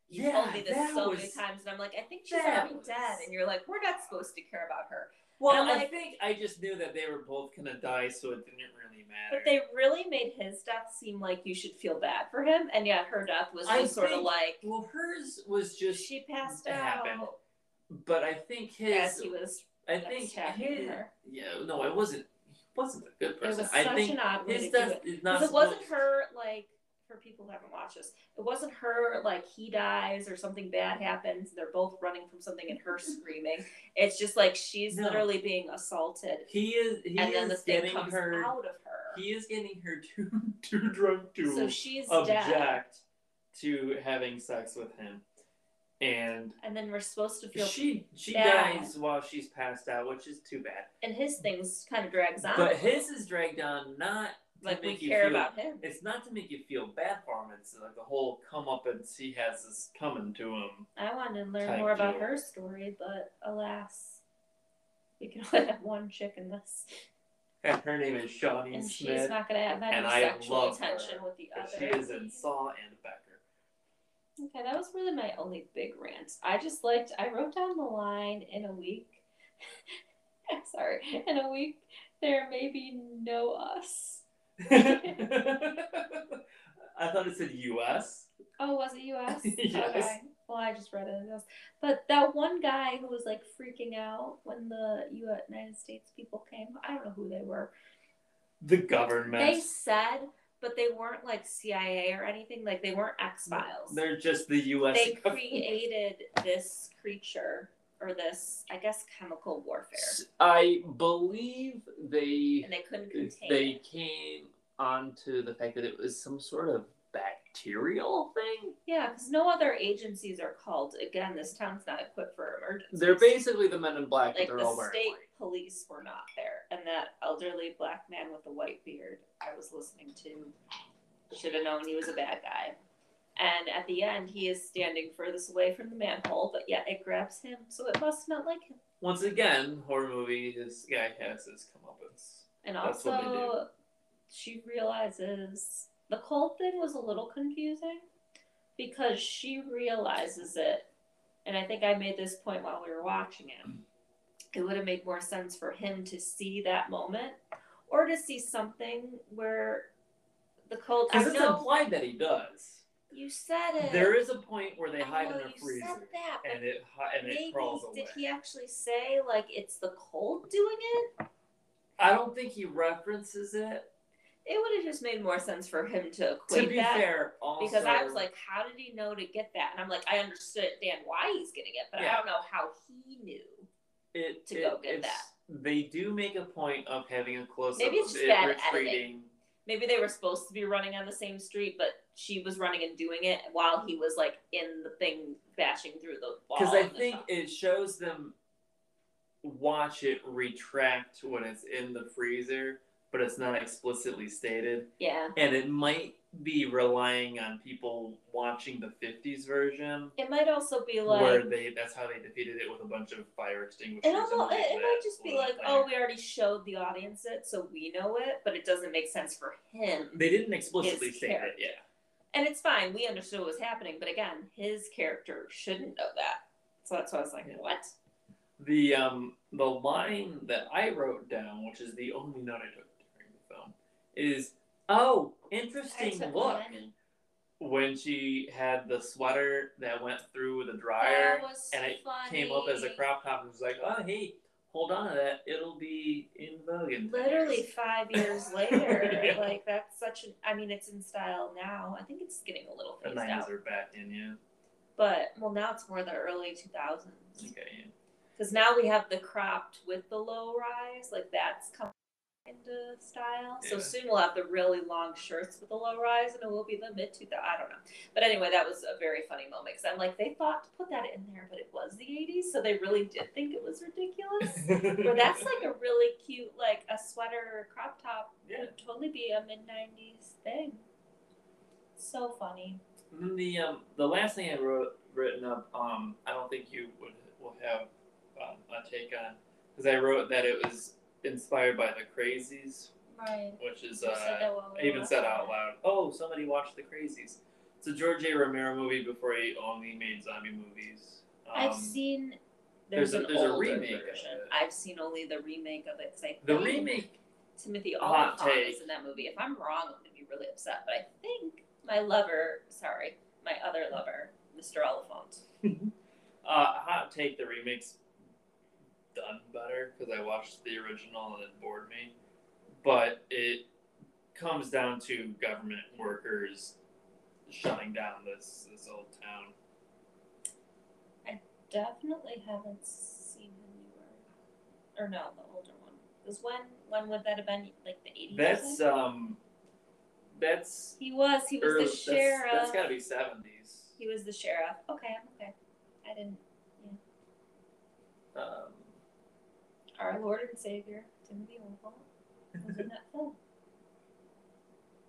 Speaker 4: You
Speaker 1: yeah,
Speaker 4: told me this
Speaker 1: that
Speaker 4: so
Speaker 1: was,
Speaker 4: many times, and I'm like, I think she's
Speaker 1: that
Speaker 4: already
Speaker 1: was-
Speaker 4: dead, and you're like, we're not supposed to care about her.
Speaker 1: Well,
Speaker 4: I'm
Speaker 1: I
Speaker 4: like-
Speaker 1: think I just knew that they were both going to die, so it didn't really matter.
Speaker 4: But they really made his death seem like you should feel bad for him, and yet her death was
Speaker 1: I
Speaker 4: just sort of
Speaker 1: think-
Speaker 4: like
Speaker 1: Well, hers was just.
Speaker 4: she passed
Speaker 1: it
Speaker 4: out
Speaker 1: happened. but I think his.
Speaker 4: as he was
Speaker 1: I think
Speaker 4: attacking
Speaker 1: his.
Speaker 4: her.
Speaker 1: Yeah, no, it wasn't. He wasn't a good
Speaker 4: It was
Speaker 1: person.
Speaker 4: such
Speaker 1: I think
Speaker 4: an odd way to
Speaker 1: his
Speaker 4: do
Speaker 1: death
Speaker 4: it.
Speaker 1: is not.
Speaker 4: Because it wasn't
Speaker 1: supposed-
Speaker 4: her, like, for people who haven't watched this, it wasn't her, like, he dies or something bad happens. They're both running from something and her screaming. It's just like she's
Speaker 1: No.
Speaker 4: literally being assaulted.
Speaker 1: He is. He
Speaker 4: and then the
Speaker 1: is
Speaker 4: thing
Speaker 1: getting
Speaker 4: comes
Speaker 1: her.
Speaker 4: out of her.
Speaker 1: He is getting her too too drunk to
Speaker 4: so she's dead.
Speaker 1: object to having sex with him, and
Speaker 4: And then we're supposed to feel.
Speaker 1: she she
Speaker 4: bad.
Speaker 1: dies while she's passed out, which is too bad.
Speaker 4: and his things kind of drags on.
Speaker 1: But his is dragged on not to
Speaker 4: like, we
Speaker 1: make you
Speaker 4: care
Speaker 1: feel.
Speaker 4: about him.
Speaker 1: It's not to make you feel bad for him. It's like the whole come up and see has this coming to him.
Speaker 4: I wanted to learn
Speaker 1: Type
Speaker 4: more about
Speaker 1: deal.
Speaker 4: her story, but alas, we can only have one chick in this.
Speaker 1: And her name is Shawnee
Speaker 4: and she's
Speaker 1: Smith.
Speaker 4: not going to have any
Speaker 1: and I
Speaker 4: sexual
Speaker 1: love
Speaker 4: tension
Speaker 1: her,
Speaker 4: with the
Speaker 1: and
Speaker 4: other.
Speaker 1: she is in Saw and Becker.
Speaker 4: Okay, that was really my only big rant. I just liked, I wrote down the line in a week. I'm sorry, in a week, there may be no us.
Speaker 1: I thought it said U.S.
Speaker 4: Oh, was it US?
Speaker 1: Yes.
Speaker 4: Okay. Well, I just read it as US. But that one guy who was like freaking out when the United States people came, I don't know who they were.
Speaker 1: The government.
Speaker 4: They said, but they weren't like CIA or anything. Like they weren't X Files.
Speaker 1: They're just the U.S.
Speaker 4: They
Speaker 1: government.
Speaker 4: created this creature or this, I guess, chemical warfare,
Speaker 1: I believe they
Speaker 4: and they couldn't contain.
Speaker 1: they
Speaker 4: it.
Speaker 1: came onto the fact that it was some sort of bacterial thing.
Speaker 4: Yeah, because no other agencies are called. Again, this town's not equipped for emergencies.
Speaker 1: They're basically the men in black,
Speaker 4: like
Speaker 1: but
Speaker 4: the
Speaker 1: they're all
Speaker 4: state
Speaker 1: wearing white.
Speaker 4: police were not there and that elderly black man with the white beard i was listening to should have known he was a bad guy and at the end he is standing furthest away from the manhole but yet it grabs him so it must smell like him
Speaker 1: Once again, horror movie. This guy has his comeuppance.
Speaker 4: and
Speaker 1: That's what they
Speaker 4: also she realizes the cold thing was a little confusing because she realizes it and i think i made this point while we were watching it it would have made more sense for him to see that moment or to see something where the cold i
Speaker 1: Because it's
Speaker 4: know
Speaker 1: implied that he does.
Speaker 4: you said it
Speaker 1: There is a point where they
Speaker 4: I
Speaker 1: hide in
Speaker 4: know
Speaker 1: a
Speaker 4: you
Speaker 1: freezer,
Speaker 4: said that, but
Speaker 1: and it hi- and
Speaker 4: maybe
Speaker 1: it crawls away.
Speaker 4: did he actually say like it's the cold doing it
Speaker 1: I don't think he references it.
Speaker 4: it would have just made more sense for him to equate
Speaker 1: To be
Speaker 4: that
Speaker 1: fair, also
Speaker 4: because I was like, how did he know to get that? And I'm like, I understood Dan why he's getting it, but
Speaker 1: Yeah.
Speaker 4: I don't know how he knew.
Speaker 1: it,
Speaker 4: to
Speaker 1: it-
Speaker 4: go get
Speaker 1: it's-
Speaker 4: that.
Speaker 1: They do make a point of having a close up
Speaker 4: Maybe it's
Speaker 1: of
Speaker 4: just
Speaker 1: it
Speaker 4: bad
Speaker 1: retreating.
Speaker 4: Maybe they were supposed to be running on the same street, but she was running and doing it while he was like in the thing bashing through the wall.
Speaker 1: Because I
Speaker 4: and the
Speaker 1: think
Speaker 4: top.
Speaker 1: it shows them watch it retract when it's in the freezer, but it's not explicitly stated.
Speaker 4: yeah,
Speaker 1: And it might be relying on people watching the 50s version.
Speaker 4: it might also be like.
Speaker 1: where they that's how they defeated it with a bunch of fire extinguishers.
Speaker 4: it, almost,
Speaker 1: and
Speaker 4: it, it might
Speaker 1: that
Speaker 4: just be
Speaker 1: sort
Speaker 4: like,
Speaker 1: of
Speaker 4: oh,
Speaker 1: thing.
Speaker 4: we already showed the audience it, so we know it, but it doesn't make sense for him.
Speaker 1: they didn't explicitly
Speaker 4: His
Speaker 1: state it,
Speaker 4: character.
Speaker 1: yeah.
Speaker 4: and it's fine. We understood what was happening, but again, his character shouldn't know that. So that's why I was like,
Speaker 1: Yeah.
Speaker 4: what?
Speaker 1: the um the line that I wrote down, which is the only note I took during the film, is oh interesting
Speaker 4: took
Speaker 1: look
Speaker 4: mine.
Speaker 1: when she had the sweater that went through the dryer
Speaker 4: That was
Speaker 1: and it came up as a
Speaker 4: funny.
Speaker 1: crop top and was like oh hey hold on to that it'll be in vogue in 10
Speaker 4: literally
Speaker 1: years."
Speaker 4: five years later
Speaker 1: Yeah.
Speaker 4: like that's such an i mean it's in style now i think it's getting a little
Speaker 1: the
Speaker 4: phased out
Speaker 1: nineties are back in yeah
Speaker 4: but well now it's more the early 2000s
Speaker 1: okay yeah.
Speaker 4: because now we have the cropped with the low rise like that's coming into style so
Speaker 1: Yeah.
Speaker 4: soon we'll have the really long shirts with the low rise and it will be the mid 2000s i don't know but anyway that was a very funny moment because i'm like they thought to put that in there but it was the 80s so they really did think it was ridiculous Well, that's like a really cute, like a sweater or a crop top.
Speaker 1: Yeah.
Speaker 4: Would totally be a mid '90s thing. So funny.
Speaker 1: And then the um, the last thing I wrote written up, um, I don't think you would will have um, a take on because I wrote that it was inspired by the Crazies,
Speaker 4: Right.
Speaker 1: which is uh, I even said out loud, "Oh, somebody watched the Crazies." It's a George A. Romero movie before he only made zombie movies. Um,
Speaker 4: I've seen.
Speaker 1: there's
Speaker 4: There's,
Speaker 1: a-
Speaker 4: an
Speaker 1: there's a
Speaker 4: older
Speaker 1: remake of
Speaker 4: version.
Speaker 1: it.
Speaker 4: I've seen only the remake of it. 'cause I
Speaker 1: the
Speaker 4: think
Speaker 1: remake.
Speaker 4: Timothy
Speaker 1: Hot
Speaker 4: Oliphant
Speaker 1: take.
Speaker 4: is in that movie. If I'm wrong, I'm gonna be really upset. But I think my lover, sorry, my other lover, Mr. Oliphant.
Speaker 1: Uh, hot take: the remake's done better because I watched the original and it bored me. But it comes down to government workers shutting down this this old town.
Speaker 4: Definitely haven't seen the newer, or no, the older one. Because when when would that have been? Like the eighties.
Speaker 1: That's um, that's
Speaker 4: He was. He was
Speaker 1: early-
Speaker 4: the
Speaker 1: that's-
Speaker 4: sheriff.
Speaker 1: that's gotta be seventies.
Speaker 4: He was the sheriff. Okay, I'm okay. I didn't.
Speaker 1: Um,
Speaker 4: Our Lord and Savior Timothy Oliphant was in that film.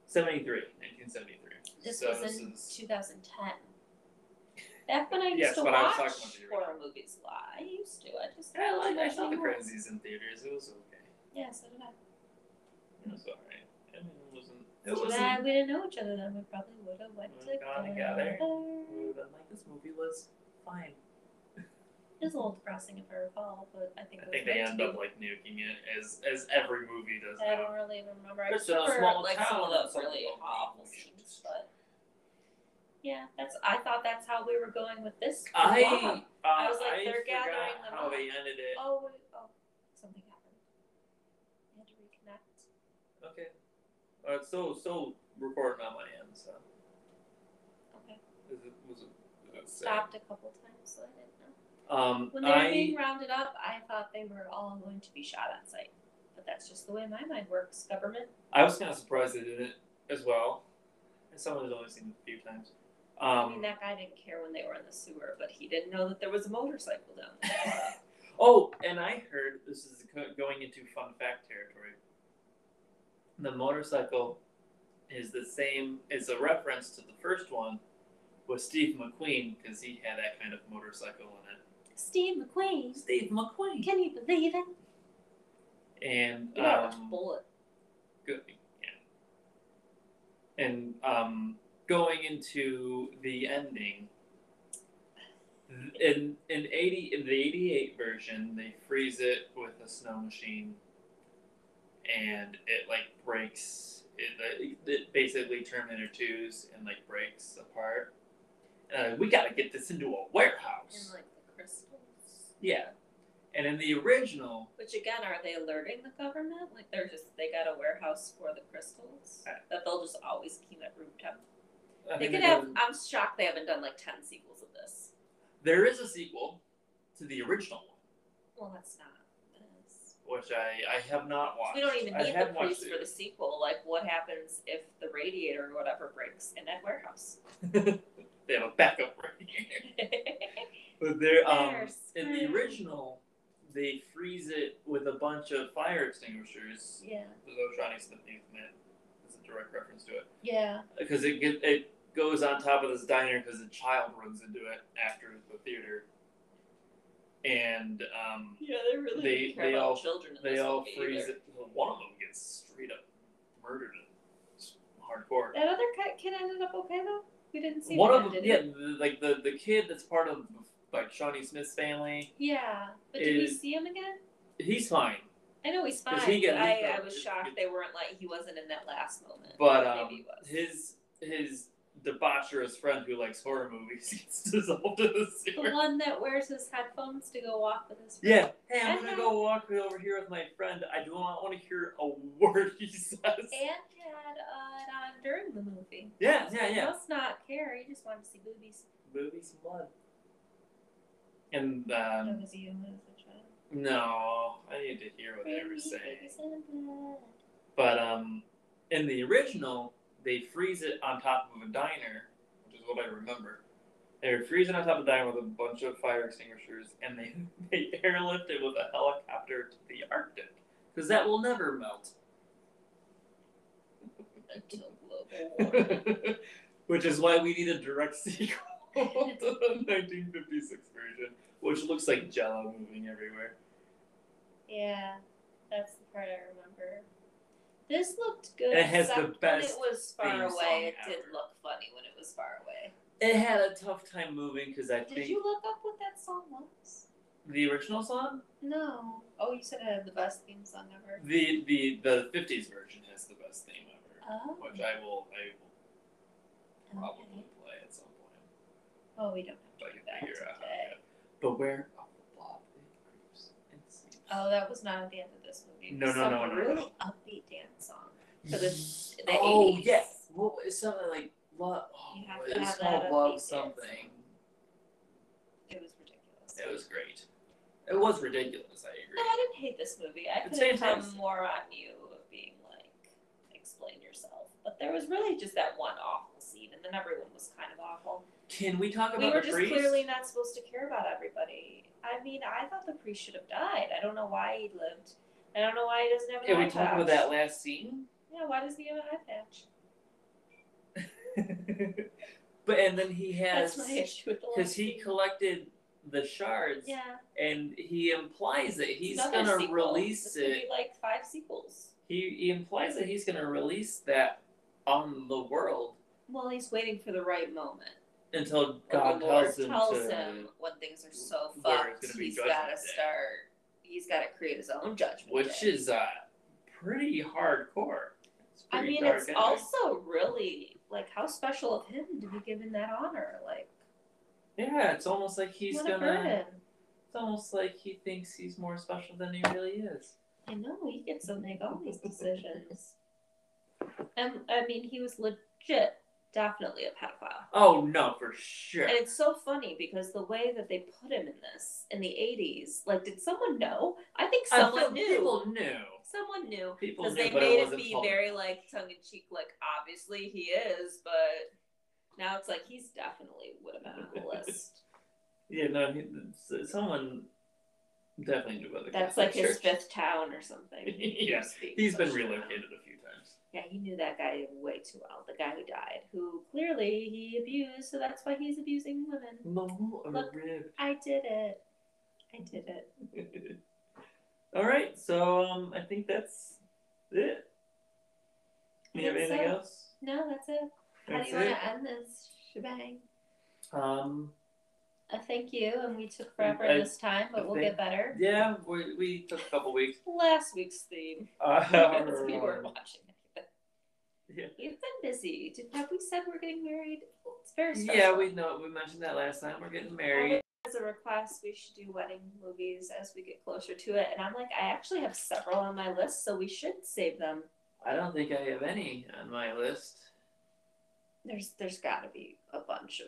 Speaker 1: 73, 1973.
Speaker 4: This
Speaker 1: so
Speaker 4: was
Speaker 1: this
Speaker 4: in
Speaker 1: is
Speaker 4: 2010. Back when I used
Speaker 1: Yes,
Speaker 4: to
Speaker 1: but I was
Speaker 4: watch
Speaker 1: talking about the original.
Speaker 4: horror movies a lot. I used to. I just
Speaker 1: I like I
Speaker 4: watched
Speaker 1: saw the
Speaker 4: them all.
Speaker 1: crazies in theaters. It was okay.
Speaker 4: Yeah, so did I.
Speaker 1: It was alright. I mean, it wasn't. It
Speaker 4: Too
Speaker 1: wasn't.
Speaker 4: bad we didn't know each other then. We probably would have went
Speaker 1: Would've
Speaker 4: to
Speaker 1: gone together.
Speaker 4: Colorado.
Speaker 1: mood. I'm like, this movie was fine.
Speaker 4: It's a little depressing if I recall, but I think it
Speaker 1: I
Speaker 4: was
Speaker 1: think they
Speaker 4: meant
Speaker 1: end
Speaker 4: to
Speaker 1: up
Speaker 4: be.
Speaker 1: like nuking it, as as every movie does
Speaker 4: I
Speaker 1: now.
Speaker 4: don't really even remember. I
Speaker 1: There's a
Speaker 4: remember
Speaker 1: small
Speaker 4: like
Speaker 1: town
Speaker 4: some of
Speaker 1: that's
Speaker 4: those really
Speaker 1: like,
Speaker 4: awful
Speaker 1: we should
Speaker 4: scenes,
Speaker 1: just-
Speaker 4: but yeah, that's. I thought that's how we were going with this.
Speaker 1: I uh,
Speaker 4: I was
Speaker 1: I
Speaker 4: like, they're
Speaker 1: forgot
Speaker 4: gathering them
Speaker 1: how
Speaker 4: up.
Speaker 1: they ended it.
Speaker 4: Oh, wait, oh, something happened. I had to reconnect. Oh.
Speaker 1: Okay, uh, it's still still recording on my end. So
Speaker 4: Okay,
Speaker 1: is it was it, is it
Speaker 4: stopped a couple times, so I didn't know.
Speaker 1: Um,
Speaker 4: When they were
Speaker 1: I
Speaker 4: being rounded up, I thought they were all going to be shot at sight, but that's just the way my mind works. Government.
Speaker 1: I was kind of surprised they did it as well. And someone has only seen it a few times.
Speaker 4: I mean,
Speaker 1: Um,
Speaker 4: that guy didn't care when they were in the sewer, but he didn't know that there was a motorcycle down there.
Speaker 1: oh, and I heard this is co- going into fun fact territory. The motorcycle is the same. It's a reference to the first one with Steve McQueen because he had that kind of motorcycle in it.
Speaker 4: Steve McQueen.
Speaker 1: Steve McQueen.
Speaker 4: Can you believe it?
Speaker 1: And
Speaker 4: You gotta watch
Speaker 1: um,
Speaker 4: Bullet.
Speaker 1: good. Yeah. And um, going into the ending, in in eighty in the eighty eight version, they freeze it with a snow machine, and it like breaks. It, it basically Terminator twos and like breaks apart. Uh, we gotta get this into a
Speaker 4: And
Speaker 1: warehouse.
Speaker 4: like the crystals.
Speaker 1: Yeah, and in the original,
Speaker 4: Which again, are they alerting the government? Like they're just they got a warehouse for the crystals
Speaker 1: Uh,
Speaker 4: that they'll just always keep at room temp.
Speaker 1: I
Speaker 4: They
Speaker 1: think
Speaker 4: could
Speaker 1: they're
Speaker 4: have.
Speaker 1: doing-
Speaker 4: I'm shocked they haven't done like ten sequels of this.
Speaker 1: there is a sequel to the original one.
Speaker 4: Well, that's not. That's-
Speaker 1: which I, I have not watched.
Speaker 4: We don't even
Speaker 1: I
Speaker 4: need the
Speaker 1: had watched
Speaker 4: priest for the sequel. Like, what happens if the radiator or whatever breaks in that warehouse?
Speaker 1: it. they have a backup right here. But they're um,
Speaker 4: There's-
Speaker 1: in the original, they freeze it with a bunch of fire extinguishers.
Speaker 4: yeah,
Speaker 1: The Oshani Smith Youth Man is a direct reference to it
Speaker 4: yeah.
Speaker 1: because it get, it goes on top of this diner because a child runs into it after the theater, and um,
Speaker 4: Yeah, they really
Speaker 1: They-
Speaker 4: didn't care
Speaker 1: they
Speaker 4: about
Speaker 1: all-
Speaker 4: children in
Speaker 1: they
Speaker 4: this
Speaker 1: all
Speaker 4: movie
Speaker 1: freeze
Speaker 4: either.
Speaker 1: it. One of them gets straight up murdered. It's hardcore.
Speaker 4: That other ki- kid ended up okay though. We didn't see
Speaker 1: One
Speaker 4: him,
Speaker 1: of them,
Speaker 4: did
Speaker 1: yeah,
Speaker 4: we?
Speaker 1: the- like the the kid that's part of like Shawnee Smith's family,
Speaker 4: Yeah, but did we
Speaker 1: Is-
Speaker 4: see him again?
Speaker 1: he's fine.
Speaker 4: I know he's fine.
Speaker 1: Does he get
Speaker 4: but I,
Speaker 1: lethal?
Speaker 4: I was shocked they weren't like he wasn't in that last moment.
Speaker 1: But
Speaker 4: maybe he
Speaker 1: um,
Speaker 4: was.
Speaker 1: his his debaucherous friend who likes horror movies gets dissolved in the
Speaker 4: the
Speaker 1: sewer.
Speaker 4: one that wears his headphones to go walk with his
Speaker 1: Yeah, hey, I'm gonna
Speaker 4: Uh-huh.
Speaker 1: go walk over here with my friend. I do not want to hear a word he says.
Speaker 4: and had uh, it on during the movie.
Speaker 1: Yeah,
Speaker 4: So
Speaker 1: yeah,
Speaker 4: he
Speaker 1: yeah.
Speaker 4: Must not care. He just wanted to see boobies.
Speaker 1: Movies and blood. And
Speaker 4: Um,
Speaker 1: um,
Speaker 4: was you when I was a child.
Speaker 1: no, I need to hear what they were
Speaker 4: Baby,
Speaker 1: saying.
Speaker 4: baby's in bed.
Speaker 1: But um, in the original, they freeze it on top of a diner, which is what I remember. They freeze it on top of a diner with a bunch of fire extinguishers, and they, they airlift it with a helicopter to the Arctic, because that will never melt.
Speaker 4: Until global war.
Speaker 1: which is why we need a direct sequel to the 1956 version, which looks like Jello moving everywhere.
Speaker 4: yeah, that's the part I remember. This looked good.
Speaker 1: It has the
Speaker 4: except
Speaker 1: best
Speaker 4: When it was
Speaker 1: theme
Speaker 4: far
Speaker 1: song
Speaker 4: away, it did
Speaker 1: ever.
Speaker 4: look funny when it was far away.
Speaker 1: It had a tough time moving because I
Speaker 4: Did
Speaker 1: think
Speaker 4: you look up what that song was?
Speaker 1: the original song,
Speaker 4: No. Oh, you said it had the best theme song ever.
Speaker 1: the the the 50s version has the best theme ever.
Speaker 4: Oh.
Speaker 1: which I will I will probably
Speaker 4: Okay.
Speaker 1: play at some point.
Speaker 4: Oh, we don't
Speaker 1: If I
Speaker 4: have to
Speaker 1: can
Speaker 4: do that
Speaker 1: figure out how
Speaker 4: today.
Speaker 1: to. But where of the blob it creeps and sleeps.
Speaker 4: Oh, that was not at the end of this movie.
Speaker 1: No, no,
Speaker 4: Some
Speaker 1: no, no, no.
Speaker 4: Really upbeat dance song. for the- the
Speaker 1: oh
Speaker 4: 80s.
Speaker 1: yes, well it's something like love. Oh,
Speaker 4: You have to
Speaker 1: it's
Speaker 4: have
Speaker 1: called
Speaker 4: that
Speaker 1: love
Speaker 4: upbeat
Speaker 1: something.
Speaker 4: It was ridiculous.
Speaker 1: It was great. It was ridiculous. I
Speaker 4: No,
Speaker 1: agree.
Speaker 4: I didn't hate this movie. I
Speaker 1: It's
Speaker 4: could have
Speaker 1: fantastic.
Speaker 4: come more on you of being like, explain yourself. But there was really just that one awful scene, and then everyone was kind of awful.
Speaker 1: Can we talk about
Speaker 4: We were
Speaker 1: the
Speaker 4: just
Speaker 1: priest?
Speaker 4: clearly not supposed to care about everybody. I mean, I thought the priest should have died. I don't know why he lived. I don't know why he doesn't have an
Speaker 1: Can we
Speaker 4: eye
Speaker 1: talk about
Speaker 4: patch.
Speaker 1: that last scene?
Speaker 4: Yeah, why does he have an eye patch?
Speaker 1: but and then he has
Speaker 4: That's my issue with the
Speaker 1: because
Speaker 4: last
Speaker 1: he
Speaker 4: scene.
Speaker 1: collected the shards
Speaker 4: Yeah.
Speaker 1: and he implies that he's
Speaker 4: Another
Speaker 1: gonna
Speaker 4: sequel. This
Speaker 1: release
Speaker 4: could
Speaker 1: it
Speaker 4: Be like five sequels.
Speaker 1: he, he implies that he's going to release that on the world
Speaker 4: Well, he's waiting for the right moment.
Speaker 1: until
Speaker 4: When
Speaker 1: God
Speaker 4: the Lord
Speaker 1: tells him to.
Speaker 4: when things are so
Speaker 1: where it's
Speaker 4: fucked,
Speaker 1: gonna be
Speaker 4: he's
Speaker 1: judgment
Speaker 4: got to
Speaker 1: day.
Speaker 4: start. He's got to create his own judgment.
Speaker 1: which
Speaker 4: day.
Speaker 1: is uh, pretty hardcore. It's
Speaker 4: I
Speaker 1: pretty
Speaker 4: mean,
Speaker 1: dark,
Speaker 4: it's
Speaker 1: isn't it?
Speaker 4: also really like how special of him to be given that honor. Like,
Speaker 1: yeah, it's almost like he's
Speaker 4: what a
Speaker 1: gonna.
Speaker 4: burden.
Speaker 1: It's almost like he thinks he's more special than he really is.
Speaker 4: I know he gets to make all these decisions. and I mean, he was legit, definitely a pedophile.
Speaker 1: Oh no, for sure.
Speaker 4: And it's so funny because the way that they put him in this in the 80s, like, did someone know? I think
Speaker 1: I
Speaker 4: someone
Speaker 1: feel
Speaker 4: knew.
Speaker 1: people knew.
Speaker 4: Someone knew.
Speaker 1: People
Speaker 4: Because
Speaker 1: knew,
Speaker 4: they
Speaker 1: but it
Speaker 4: made it
Speaker 1: wasn't
Speaker 4: be
Speaker 1: public.
Speaker 4: very, like, tongue in cheek, like, obviously he is, but now it's like he's definitely would have been on the list.
Speaker 1: Yeah, no, he, s- someone definitely knew about the
Speaker 4: That's like
Speaker 1: Catholic
Speaker 4: his
Speaker 1: Church.
Speaker 4: fifth town or something. He
Speaker 1: Yeah,
Speaker 4: speaks
Speaker 1: He's been
Speaker 4: such-
Speaker 1: relocated a few times.
Speaker 4: Yeah, he knew that guy way too well. The guy who died, who clearly he abused, so that's why he's abusing women.
Speaker 1: Mole or
Speaker 4: Look.
Speaker 1: rib?
Speaker 4: I did it. I did it.
Speaker 1: All right, so um, I think that's it. You have
Speaker 4: I think
Speaker 1: anything
Speaker 4: so.
Speaker 1: else?
Speaker 4: No, that's it. How
Speaker 1: That's
Speaker 4: do you want
Speaker 1: it.
Speaker 4: to end this shebang?
Speaker 1: Um,
Speaker 4: A thank you, and we took forever
Speaker 1: I-
Speaker 4: this time,
Speaker 1: I
Speaker 4: but we'll
Speaker 1: think-
Speaker 4: get better.
Speaker 1: yeah, we, we took a couple weeks.
Speaker 4: Last week's theme.
Speaker 1: Uh,
Speaker 4: because we weren't watching anything.
Speaker 1: Yeah.
Speaker 4: We've been busy. Did, have we said we're getting married? It's very stressful.
Speaker 1: yeah, we know we mentioned that last time. We're getting married.
Speaker 4: as a request we should do wedding movies as we get closer to it and i'm like i actually have several on my list so we should save them
Speaker 1: I don't think I have any on my list.
Speaker 4: there's there's got to be a bunch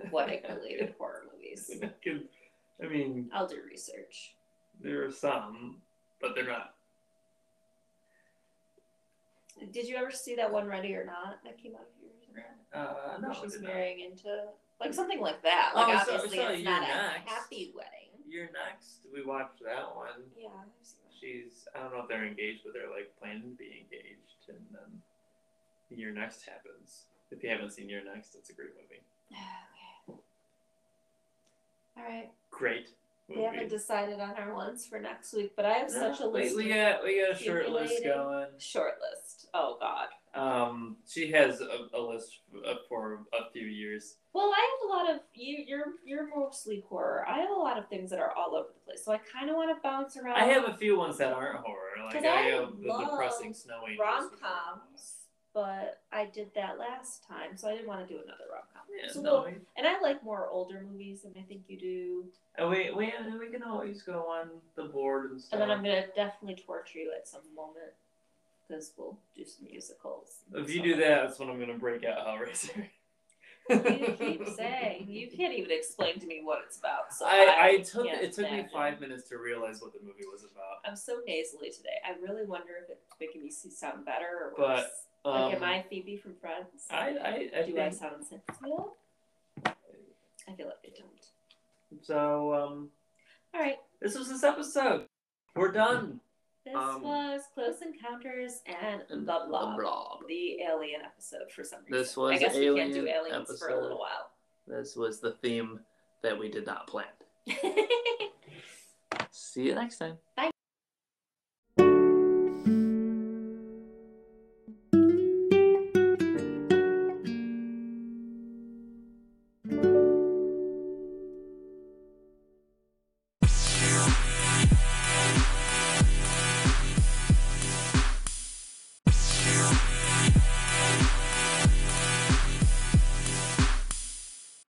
Speaker 4: of wedding related horror movies
Speaker 1: I mean,
Speaker 4: i'll do research
Speaker 1: there are some, but they're not.
Speaker 4: did you ever see that one ready or not that came out a few years ago
Speaker 1: Uh, no,
Speaker 4: Where
Speaker 1: I
Speaker 4: she's
Speaker 1: did not.
Speaker 4: marrying into like something like that
Speaker 1: Oh,
Speaker 4: like
Speaker 1: so-
Speaker 4: obviously
Speaker 1: so
Speaker 4: it's
Speaker 1: you're
Speaker 4: not a
Speaker 1: next.
Speaker 4: happy wedding
Speaker 1: You're next. We watched that one.
Speaker 4: yeah I've seen that.
Speaker 1: She's I don't know if they're engaged, but they're like planning to be engaged, and then Year Next happens. If you haven't seen Year Next, it's a great movie.
Speaker 4: okay all right
Speaker 1: Great movie.
Speaker 4: we haven't decided on our ones for next week but i have such a
Speaker 1: No, we-
Speaker 4: list
Speaker 1: We,
Speaker 4: of-
Speaker 1: got we got a
Speaker 4: Keep
Speaker 1: short list
Speaker 4: relating.
Speaker 1: going.
Speaker 4: short list. Oh God.
Speaker 1: Um, she has a, a list f- for a few years.
Speaker 4: Well, I have a lot of you. You're you're mostly horror. I have a lot of things that are all over the place, so I kind of want to bounce around.
Speaker 1: I have a few ones that aren't horror, like
Speaker 4: 'Cause
Speaker 1: I,
Speaker 4: I
Speaker 1: have the
Speaker 4: love
Speaker 1: depressing snow angels.
Speaker 4: rom coms, but I did that last time, so I didn't want to do another rom com.
Speaker 1: Yeah,
Speaker 4: so
Speaker 1: no,
Speaker 4: we'll-
Speaker 1: we-
Speaker 4: and I like more older movies than I think you do.
Speaker 1: and we, we we can always go on the board and stuff.
Speaker 4: And then I'm gonna definitely torture you at some moment because we'll do some musicals. and
Speaker 1: if you
Speaker 4: stuff
Speaker 1: do
Speaker 4: like
Speaker 1: that, that's when I'm gonna break out Hellraiser.
Speaker 4: you keep saying you can't even explain to me what it's about. So I,
Speaker 1: I, I took
Speaker 4: can't
Speaker 1: it took me
Speaker 4: imagine.
Speaker 1: five minutes to realize what the movie was about.
Speaker 4: I'm so nasally today. I really wonder if it's making me see sound better or
Speaker 1: But,
Speaker 4: worse. like,
Speaker 1: Um,
Speaker 4: am I Phoebe from Friends?
Speaker 1: I I, I
Speaker 4: Do
Speaker 1: think,
Speaker 4: I sound sensible? I feel like I don't.
Speaker 1: so. Um,
Speaker 4: All right,
Speaker 1: this was this episode. We're done.
Speaker 4: this
Speaker 1: Um,
Speaker 4: was Close Encounters and the Blob, the Alien episode for some reason.
Speaker 1: This was
Speaker 4: I guess we can't do
Speaker 1: Alien
Speaker 4: aliens for a
Speaker 1: episode.
Speaker 4: little while.
Speaker 1: This was the theme that we did not plan. See you next time.
Speaker 4: Bye.